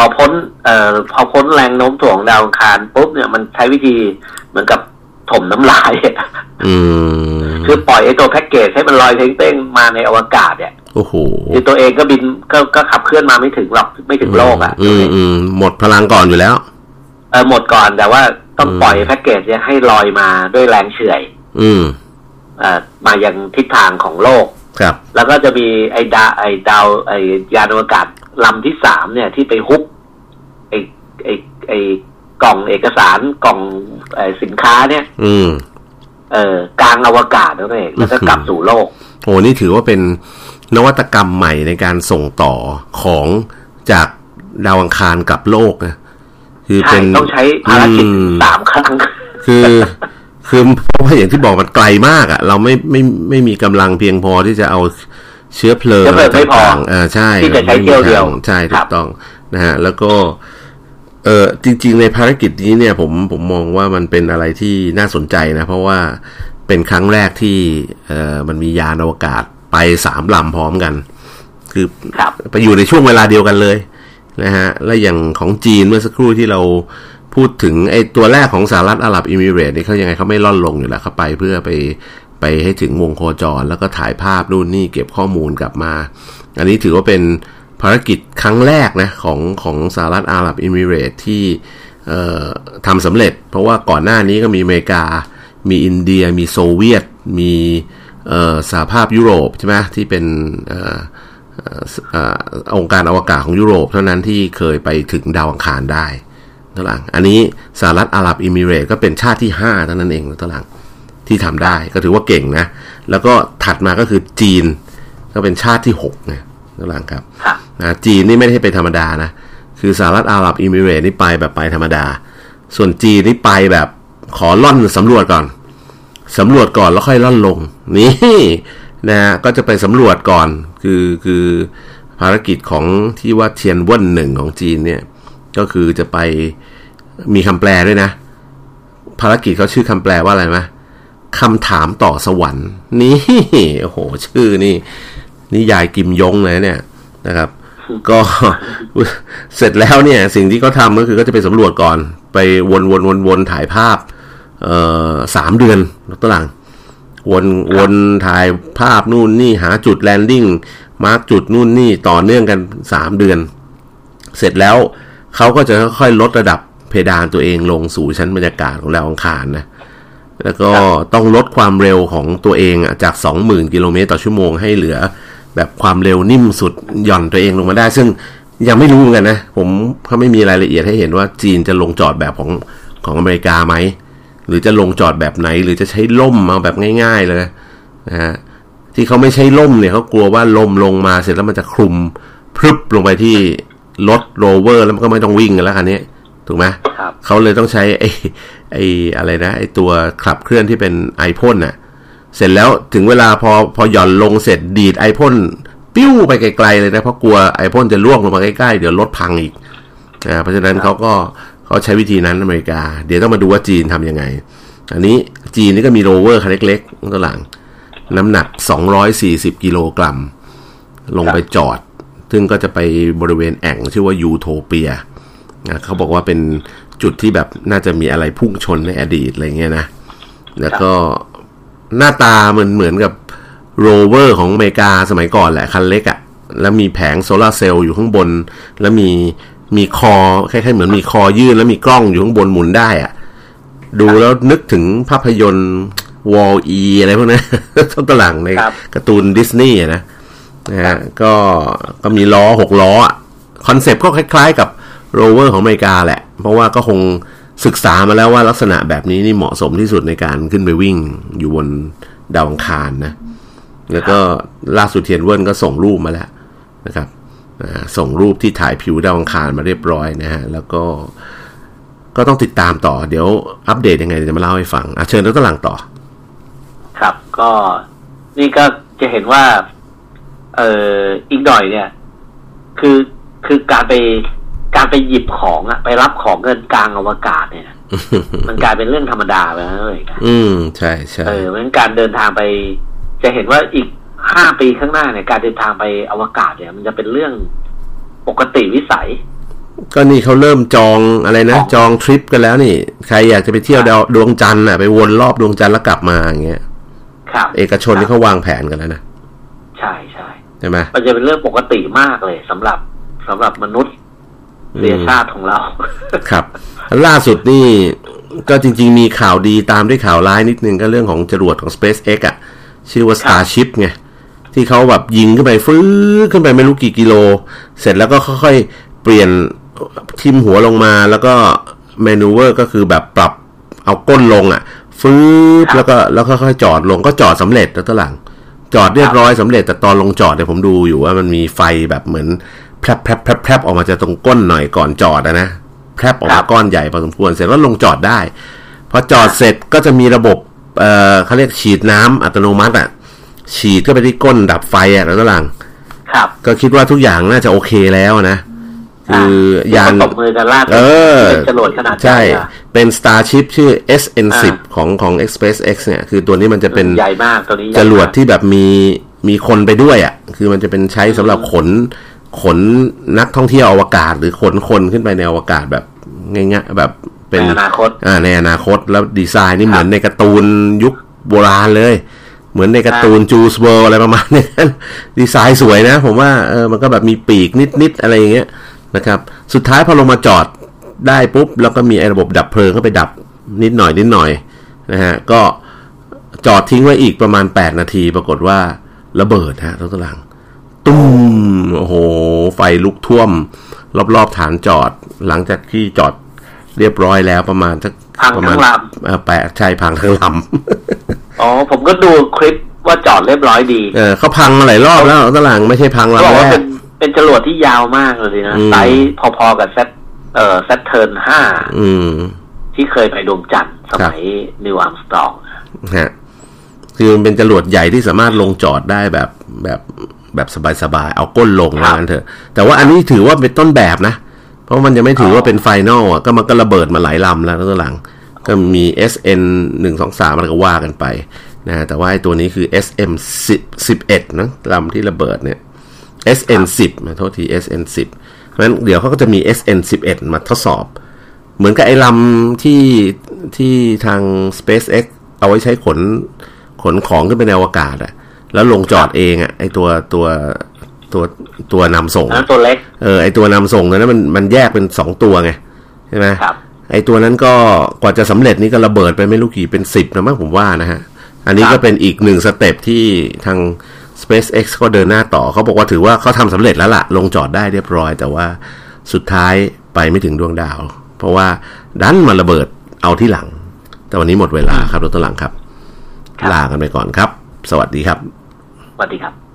พอพ้นเอ่อพอพ้นแรงโน้มถ่วงของดาวอังคารปุ๊บเนี่ยมันใช้วิธีเหมือนกับถมน้ำลาย
อืม
คือปล่อยไอ้ตัวแพ็กเกจให้มันลอยเต้งๆมาในอวกาศเนี่ย
โอ้โห
คือตัวเองก็บินก็ก็ขับเคลื่อนมาไม่ถึงหรอกไม่ถึงโลกอ่ะ
อืมอืมหมดพลังก่อนอยู่แล้ว
เออหมดก่อนแต่ว่าต้องปล่อยแพ็กเกจเนี่ยให้ลอยมาด้วยแรงเฉื่อย
อืม
เอ่อมายังทิศทางของโลก
ครับ
แล้วก็จะมีไอ้ดาไอ้ดาวไอ้ยานอวกาศลำที่สามเนี่ย ที่ไปฮุบไอ้ไอ้ไอ้กล่องเอกสารกล่องไอ้สินค้าเนี่ย
อืม
เอ่อกลางอวกาศนั่นเองแล้วก็กลับสู่โลก
โหนี่ถือว่าเป็นนวัตกรรมใหม่ในการส่งต่อของจากดาวอังคารกลับโลกนะคือ
ใช่
เป็น
ต้องใช้ภารกิจ
อืม
สามครั้ง
คือคือเพราะว่าอย่างที่บอกมันไกลมากอะ่ะ เราไม่ไม่ไม่มีกำลังเพียงพอที่จะเอาเชื้อเพลิง
เชื้อเพลิงไม่พอ
ต่างๆอ่าใช่
ที่จะใช้เที่ยวเดียว
ไม่มีทางใช่
ค
ถู
รั
ก
บ
ต้องนะฮะแล้วก็เออจริง ๆ ในภารกิจนี้เนี่ย ผมผมมองว่ามันเป็นอะไรที่น่าสนใจนะ เพราะว่าเป็นครั้งแรกที่เออมันมียานอวกาศไปสามลำพร้อมกัน คือ
ครับ
ไปอยู่ในช่วงเวลาเดียวกันเลยนะฮะ และอย่างของจีนเมื่อสักครู่ที่เราพูดถึงไอ้ตัวแรกของสหรัฐอาหรับเอิมิเรตส์เนี่ยเขายังไงเขาไม่ล่อนลงอยู่แล้วเขาไปเพื่อไปไปให้ถึงวงโคจร แล้วก็ถ่ายภาพนู่นนี่เก็บข้อมูลกลับมา อันนี้ถือว่าเป็นภารกิจครั้งแรกนะของของสหรัฐอาหรับเอิมิเรตส์ที่เอ่อทำสำเร็จ เพราะว่าก่อนหน้านี้ก็มีอเมริกา มีอินเดีย มีโซเวียต มีเอ่อสหภาพยุโรปใช่ไหมที่เป็นเอ่อ เอ่อเอ่อองค์การอวกาศของยุโรปเท่านั้นที่เคยไปถึงดาวอังคารได้ ตาราง อันนี้สหรัฐอาหรับเอิมิเรตส์ก็เป็นชาติที่ห้าเท่านั้นเองนะตารางที่ทำได้ก็ถือว่าเก่งนะ แล้วก็ถัดมาก็คือจีน ก็เป็นชาติที่หกนะตารางครับ
ครับ
นะจีนนี่ไม่ได้ไปธรรมดานะ คือสหรัฐอาหรับเอิมิเรตส์นี่ไปแบบไปธรรมดา ส่วนจีนนี่ไปแบบขอล่อนสำรวจก่อนสำรวจก่อนแล้วค่อยล่อนลง นี่นะฮะก็จะไปสำรวจก่อนคือคือภารกิจของที่ว่าเทียนเว่นหนึ่งของจีนเนี่ยก็คือจะไปมีคำแปลด้วยนะ ภารกิจเขาชื่อคำแปลว่าอะไรไหมคำถามต่อสวรรค์ นี่โอ้โห ชื่อนี่ นี่ยายกิมยงเลยเนี่ยนะครับ ก็ เสร็จแล้วเนี่ย สิ่งที่เขาทำก็คือก็จะไปสำรวจก่อน ไปวนวนวนวนถ่ายภาพ เอ่อสามเดือนตลัง วนวนถ่ายภาพนู่นนี่หาจุดแลนดิ้งมาร์กจุดนู่นนี่ต่อเนื่องกันสามเดือน เสร็จแล้วเขาก็จะค่อยๆลดระดับเพดานตัวเองลงสู่ชั้นบรรยากาศของดาวอังคารนะ แล้วก็ต้องลดความเร็วของตัวเองอะจาก 20,000 กิโลเมตรต่อชั่วโมงให้เหลือ แบบความเร็วนิ่มสุดหย่อนตัวเองลงมาได้ ซึ่งยังไม่รู้เหมือนกันนะ ผมเขาไม่มีรายละเอียดให้เห็นว่าจีนจะลงจอดแบบของของอเมริกาไหม หรือจะลงจอดแบบไหน หรือจะใช้ล่มมาแบบง่าย ๆ เลยนะฮะที่เขาไม่ใช้ล่มเนี่ยเขากลัวว่าลมลงมาเสร็จแล้วมันจะคลุมพรึบลงไปที่รถโรเวอร์แล้วมันก็ไม่ต้องวิ่งกันแล้วคันนี้ถูกไหม
ครับ
เขาเลยต้องใช้ *laughs* ไอ้ไอ้อะไรนะไอ้ตัวขับเคลื่อนที่เป็นไอพ่นน่ะ เสร็จแล้วถึงเวลาพอพอหย่อนลงเสร็จดีดไอพ่นปิ้วไปไกลๆเลยนะเพราะกลัวไอพ่นจะล่วงลงมาใกล้ๆ เดี๋ยวรถพังอีกอ่าเพราะฉะนั้นเขาก็เขาใช้วิธีนั้นอเมริกา เดี๋ยวต้องมาดูว่าจีนทำยังไง อันนี้จีนนี่ก็มีโรเวอร์คันเล็กๆตัวหลัง น้ำหนัก 240 กิโลกรัม ลงไปจอด ซึ่งก็จะไปบริเวณแอ่งชื่อว่ายูโทเปีย นะเขาบอกว่าเป็นจุดที่แบบน่าจะมีอะไรพุ่งชนในอดีตอะไรเงี้ยนะ แล้วก็หน้าตามันเหมือนกับโรเวอร์ของอเมริกาสมัยก่อนแหละ คันเล็กอะ่ะ แล้วมีแผงโซลาร์เซลล์อยู่ข้างบน แล้วมีมีคอคล้ายๆเหมือนมีคอยื่นแล้วมีกล้องอยู่ข้างบนหมุนได้อ่ะ ดูแล้วนึกถึงภาพยนตร์วอลอีอะไรพวกนั้น *laughs* ต้นตลังใน
ครับ
การ์ตูนดิสนีย์อะนะ นะฮะก็ก็มีล้อหกล้อคอนเซปต์ก็คล้ายๆกับโรเวอร์ของอเมริกาแหละ เพราะว่าก็คงศึกษามาแล้วว่าลักษณะแบบนี้นี่เหมาะสมที่สุดในการขึ้นไปวิ่งอยู่บนดาวอังคารนะ แล้วก็ล่าสุดเทียนเวิร์นก็ส่งรูปมาแล้วนะครับอ่าส่งรูปที่ถ่ายผิวดาวอังคารมาเรียบร้อยนะฮะ แล้วก็ก็ต้องติดตามต่อเดี๋ยวอัปเดตยังไงเดี๋ยวจะมาเล่าให้ฟังอ่ะเชิญดรหลังต่อ
ครับก็นี่ก็จะเห็นว่า เอออีกหน่อยเนี่ย คือคือการไปการไปหยิบของอะไปรับของเงินกลางอวกาศเนี่ย
*laughs*
มันกลายเป็นเรื่องธรรมดาไปแล้วเลยนะ
อืมใช่ใช่
เออเพราะฉะนั้นการเดินทางไป จะเห็นว่าอีกห้าปีข้างหน้าเนี่ย การเดินทางไปอวกาศเนี่ย มันจะเป็นเรื่องปกติวิสัย
ก็นี่เขาเริ่มจองอะไรนะ จองทริปกันแล้วนี่ ใครอยากจะไปเที่ยวดาวดวงจันทร์น่ะไปวนรอบดวงจันทร์แล้วกลับมาอย่างเงี้ย
ครับ
เอกชนนี่เขาวางแผนกันแล้วนะ
ใช่ใช่
ใช่ไหม
มันจะเป็นเรื่องปกติมากเลยสำหรับสำหรับมนุษย์เรียชาติของเรา *laughs*
ครับ ล่าสุดนี่ก็จริง ๆ มีข่าวดีตามด้วยข่าวร้ายนิดนึงก็เรื่องของจรวดของ SpaceX อ่ะ ชื่อว่า Starship ไงที่เขาแบบยิงขึ้นไปฟื้อขึ้นไปไม่รู้กี่กิโล เสร็จแล้วก็ค่อยๆ เปลี่ยนทิมหัวลงมาแล้วก็เมนูเวอร์ก็คือแบบปรับเอาก้นลงอ่ะ ฟื้บแล้วก็แล้วก็ค่อยๆจอดลงก็จอดสำเร็จแล้วตอนหลัง จอดเรียบร้อยสำเร็จแต่ตอนลงจอดเนี่ยผมดูอยู่ว่ามันมีไฟแบบเหมือนแพรบแพรบแพรบแพรบออกมาจากตรงก้นหน่อยก่อนจอดอะนะแพรบออก
ครั
มา
บ
ก้อนใหญ่พอสมควรเสร็จแล้วลงจอดได้ พอจอดเสร็จก็จะมีระบบเอ่อเขาเรียกฉีดน้ำอัตโนมัติอ่ะ ฉีดก็ไปที่ก้นดับไฟอ่ะแล้วตอนหลัง
ครับ
ก็คิดว่าทุกอย่างน่าจะโอเคแล้วนะ คือยาน
ตบมือกันล่าสุด
เออ
เป็นจรวดขนาดใหญ่
ใช่
อะ
เป็น Starship ชื่อ SN10
อ่า
ของของ SpaceX เนี่ย คือตัวนี้มันจะเป็น
ใหญ่มากตัวนี้ให
จ
ญ่มาก
รวดที่แบบมีมีคนไปด้วยอะ่ะ คือมันจะเป็นใช้สำหรับขนขนนักท่องเที่ยวอวกาศ หรือขนคนขึ้นไปในอวกาศแบบง่ายๆแบบ
ใน
เป็น
อนาคต
อ่าในอนาคตแล้วดีไซน์นี่เหมือนในการ์ตูนยุคโบราณเลย เหมือนในการ์ตูนจูสเวิร์อะไรประมาณเนี้ *laughs* ย ดีไซน์สวยนะ ผมว่าเออมันก็แบบมีปีกนิดๆอะไรอย่างเงี้ยนะครับ สุดท้ายพอลงมาจอดได้ปุ๊บ แล้วก็มีไอ้ระบบดับเพลิงเข้าไปดับนิดหน่อยนิดหน่อยนะฮะก็ จอดทิ้งไว้อีกประมาณ 8 นาที ปรากฏว่าระเบิดฮะรถกำลัง ตุ้ม โอ้โห ไฟลุกท่วม รอบๆฐานจอด หลังจากที่จอด เรียบร้อยแล้วประมาณสัก
พัง
ป
ทั้ง
ระมาณ
ล
เอ่อแปะใช่พังทั้งล
อ๋อผมก็ดูคลิปว่าจอดเรียบร้อยดี
ำ *laughs* เออเขาพังมาหลายรอบแล้วตลางไม่ใช่พัง
เขาบ
ลำ
อก
แร
ว่าเป็
ก
นเป็นจรวดที่ยาวมากเลยนะ
อืม
ไซส์พอๆกับแซตเอ่อแซตเทิร์นห้า
อืม
ที่เคยไปดวงจันทร์สมัยนิวอัมสตรอง
ฮะคือมันเป็นจรวดใหญ่ที่สามารถลงจอดได้แบบแบบแบบสบายๆ เอาก้นลง
ครั
ว่า
บ
งั้นเถอะ แต่ว่าอันนี้ถือว่าเป็นต้นแบบนะ เพราะมันยังไม่ถือว่าเป็นไฟนอลอ่ะก็มันก็ระเบิดมาหลายลำแล้วตั้งหลัง ก็มี SN 1 2 3อะไรก็ว่ากันไปนะฮะแต่ว่าไอ้ตัวนี้คือ SM 10 11นะลำที่ระเบิดเนี่ย SN 10นะโทษที SN 10เพราะฉะนั้นเดี๋ยวเขาก็จะมี SN 11มาทดสอบ เหมือนกับไอ้ลำที่ที่ทาง SpaceX เอาไว้ใช้ขนขนของขึ้นไปในอวกาศอะแล้วลงจอดเองอะไอ้ตัวตัวตัวตัวนำส่ง
อันนั้
อะ
นตัวเล็ก
เออไอ้ตัวนำส่งตัวนั้นมันมันแยกเป็นสองตัวไงใช่ไหม
ครับ
ไอ้ตัวนั้นก็กว่าจะสำเร็จนี่ก็ระเบิดไปไม่รู้กี่เป็นสิบนะมั้งผมว่านะฮะ อันนี้ก็เป็นอีกหนึ่งสเต็ปที่ทาง SpaceX ก็เดินหน้าต่อเขาบอกว่าถือว่าเขาทำสำเร็จแล้วล่ะ ลงจอดได้เรียบร้อย แต่ว่าสุดท้ายไปไม่ถึงดวงดาว เพราะว่าดันมาระเบิดเอาที่หลัง แต่วันนี้หมดเวลาครับรถตหลังครับ
ครับ
ลากันไปก่อนครับ สวัสดีครับ
สวัสดีครับ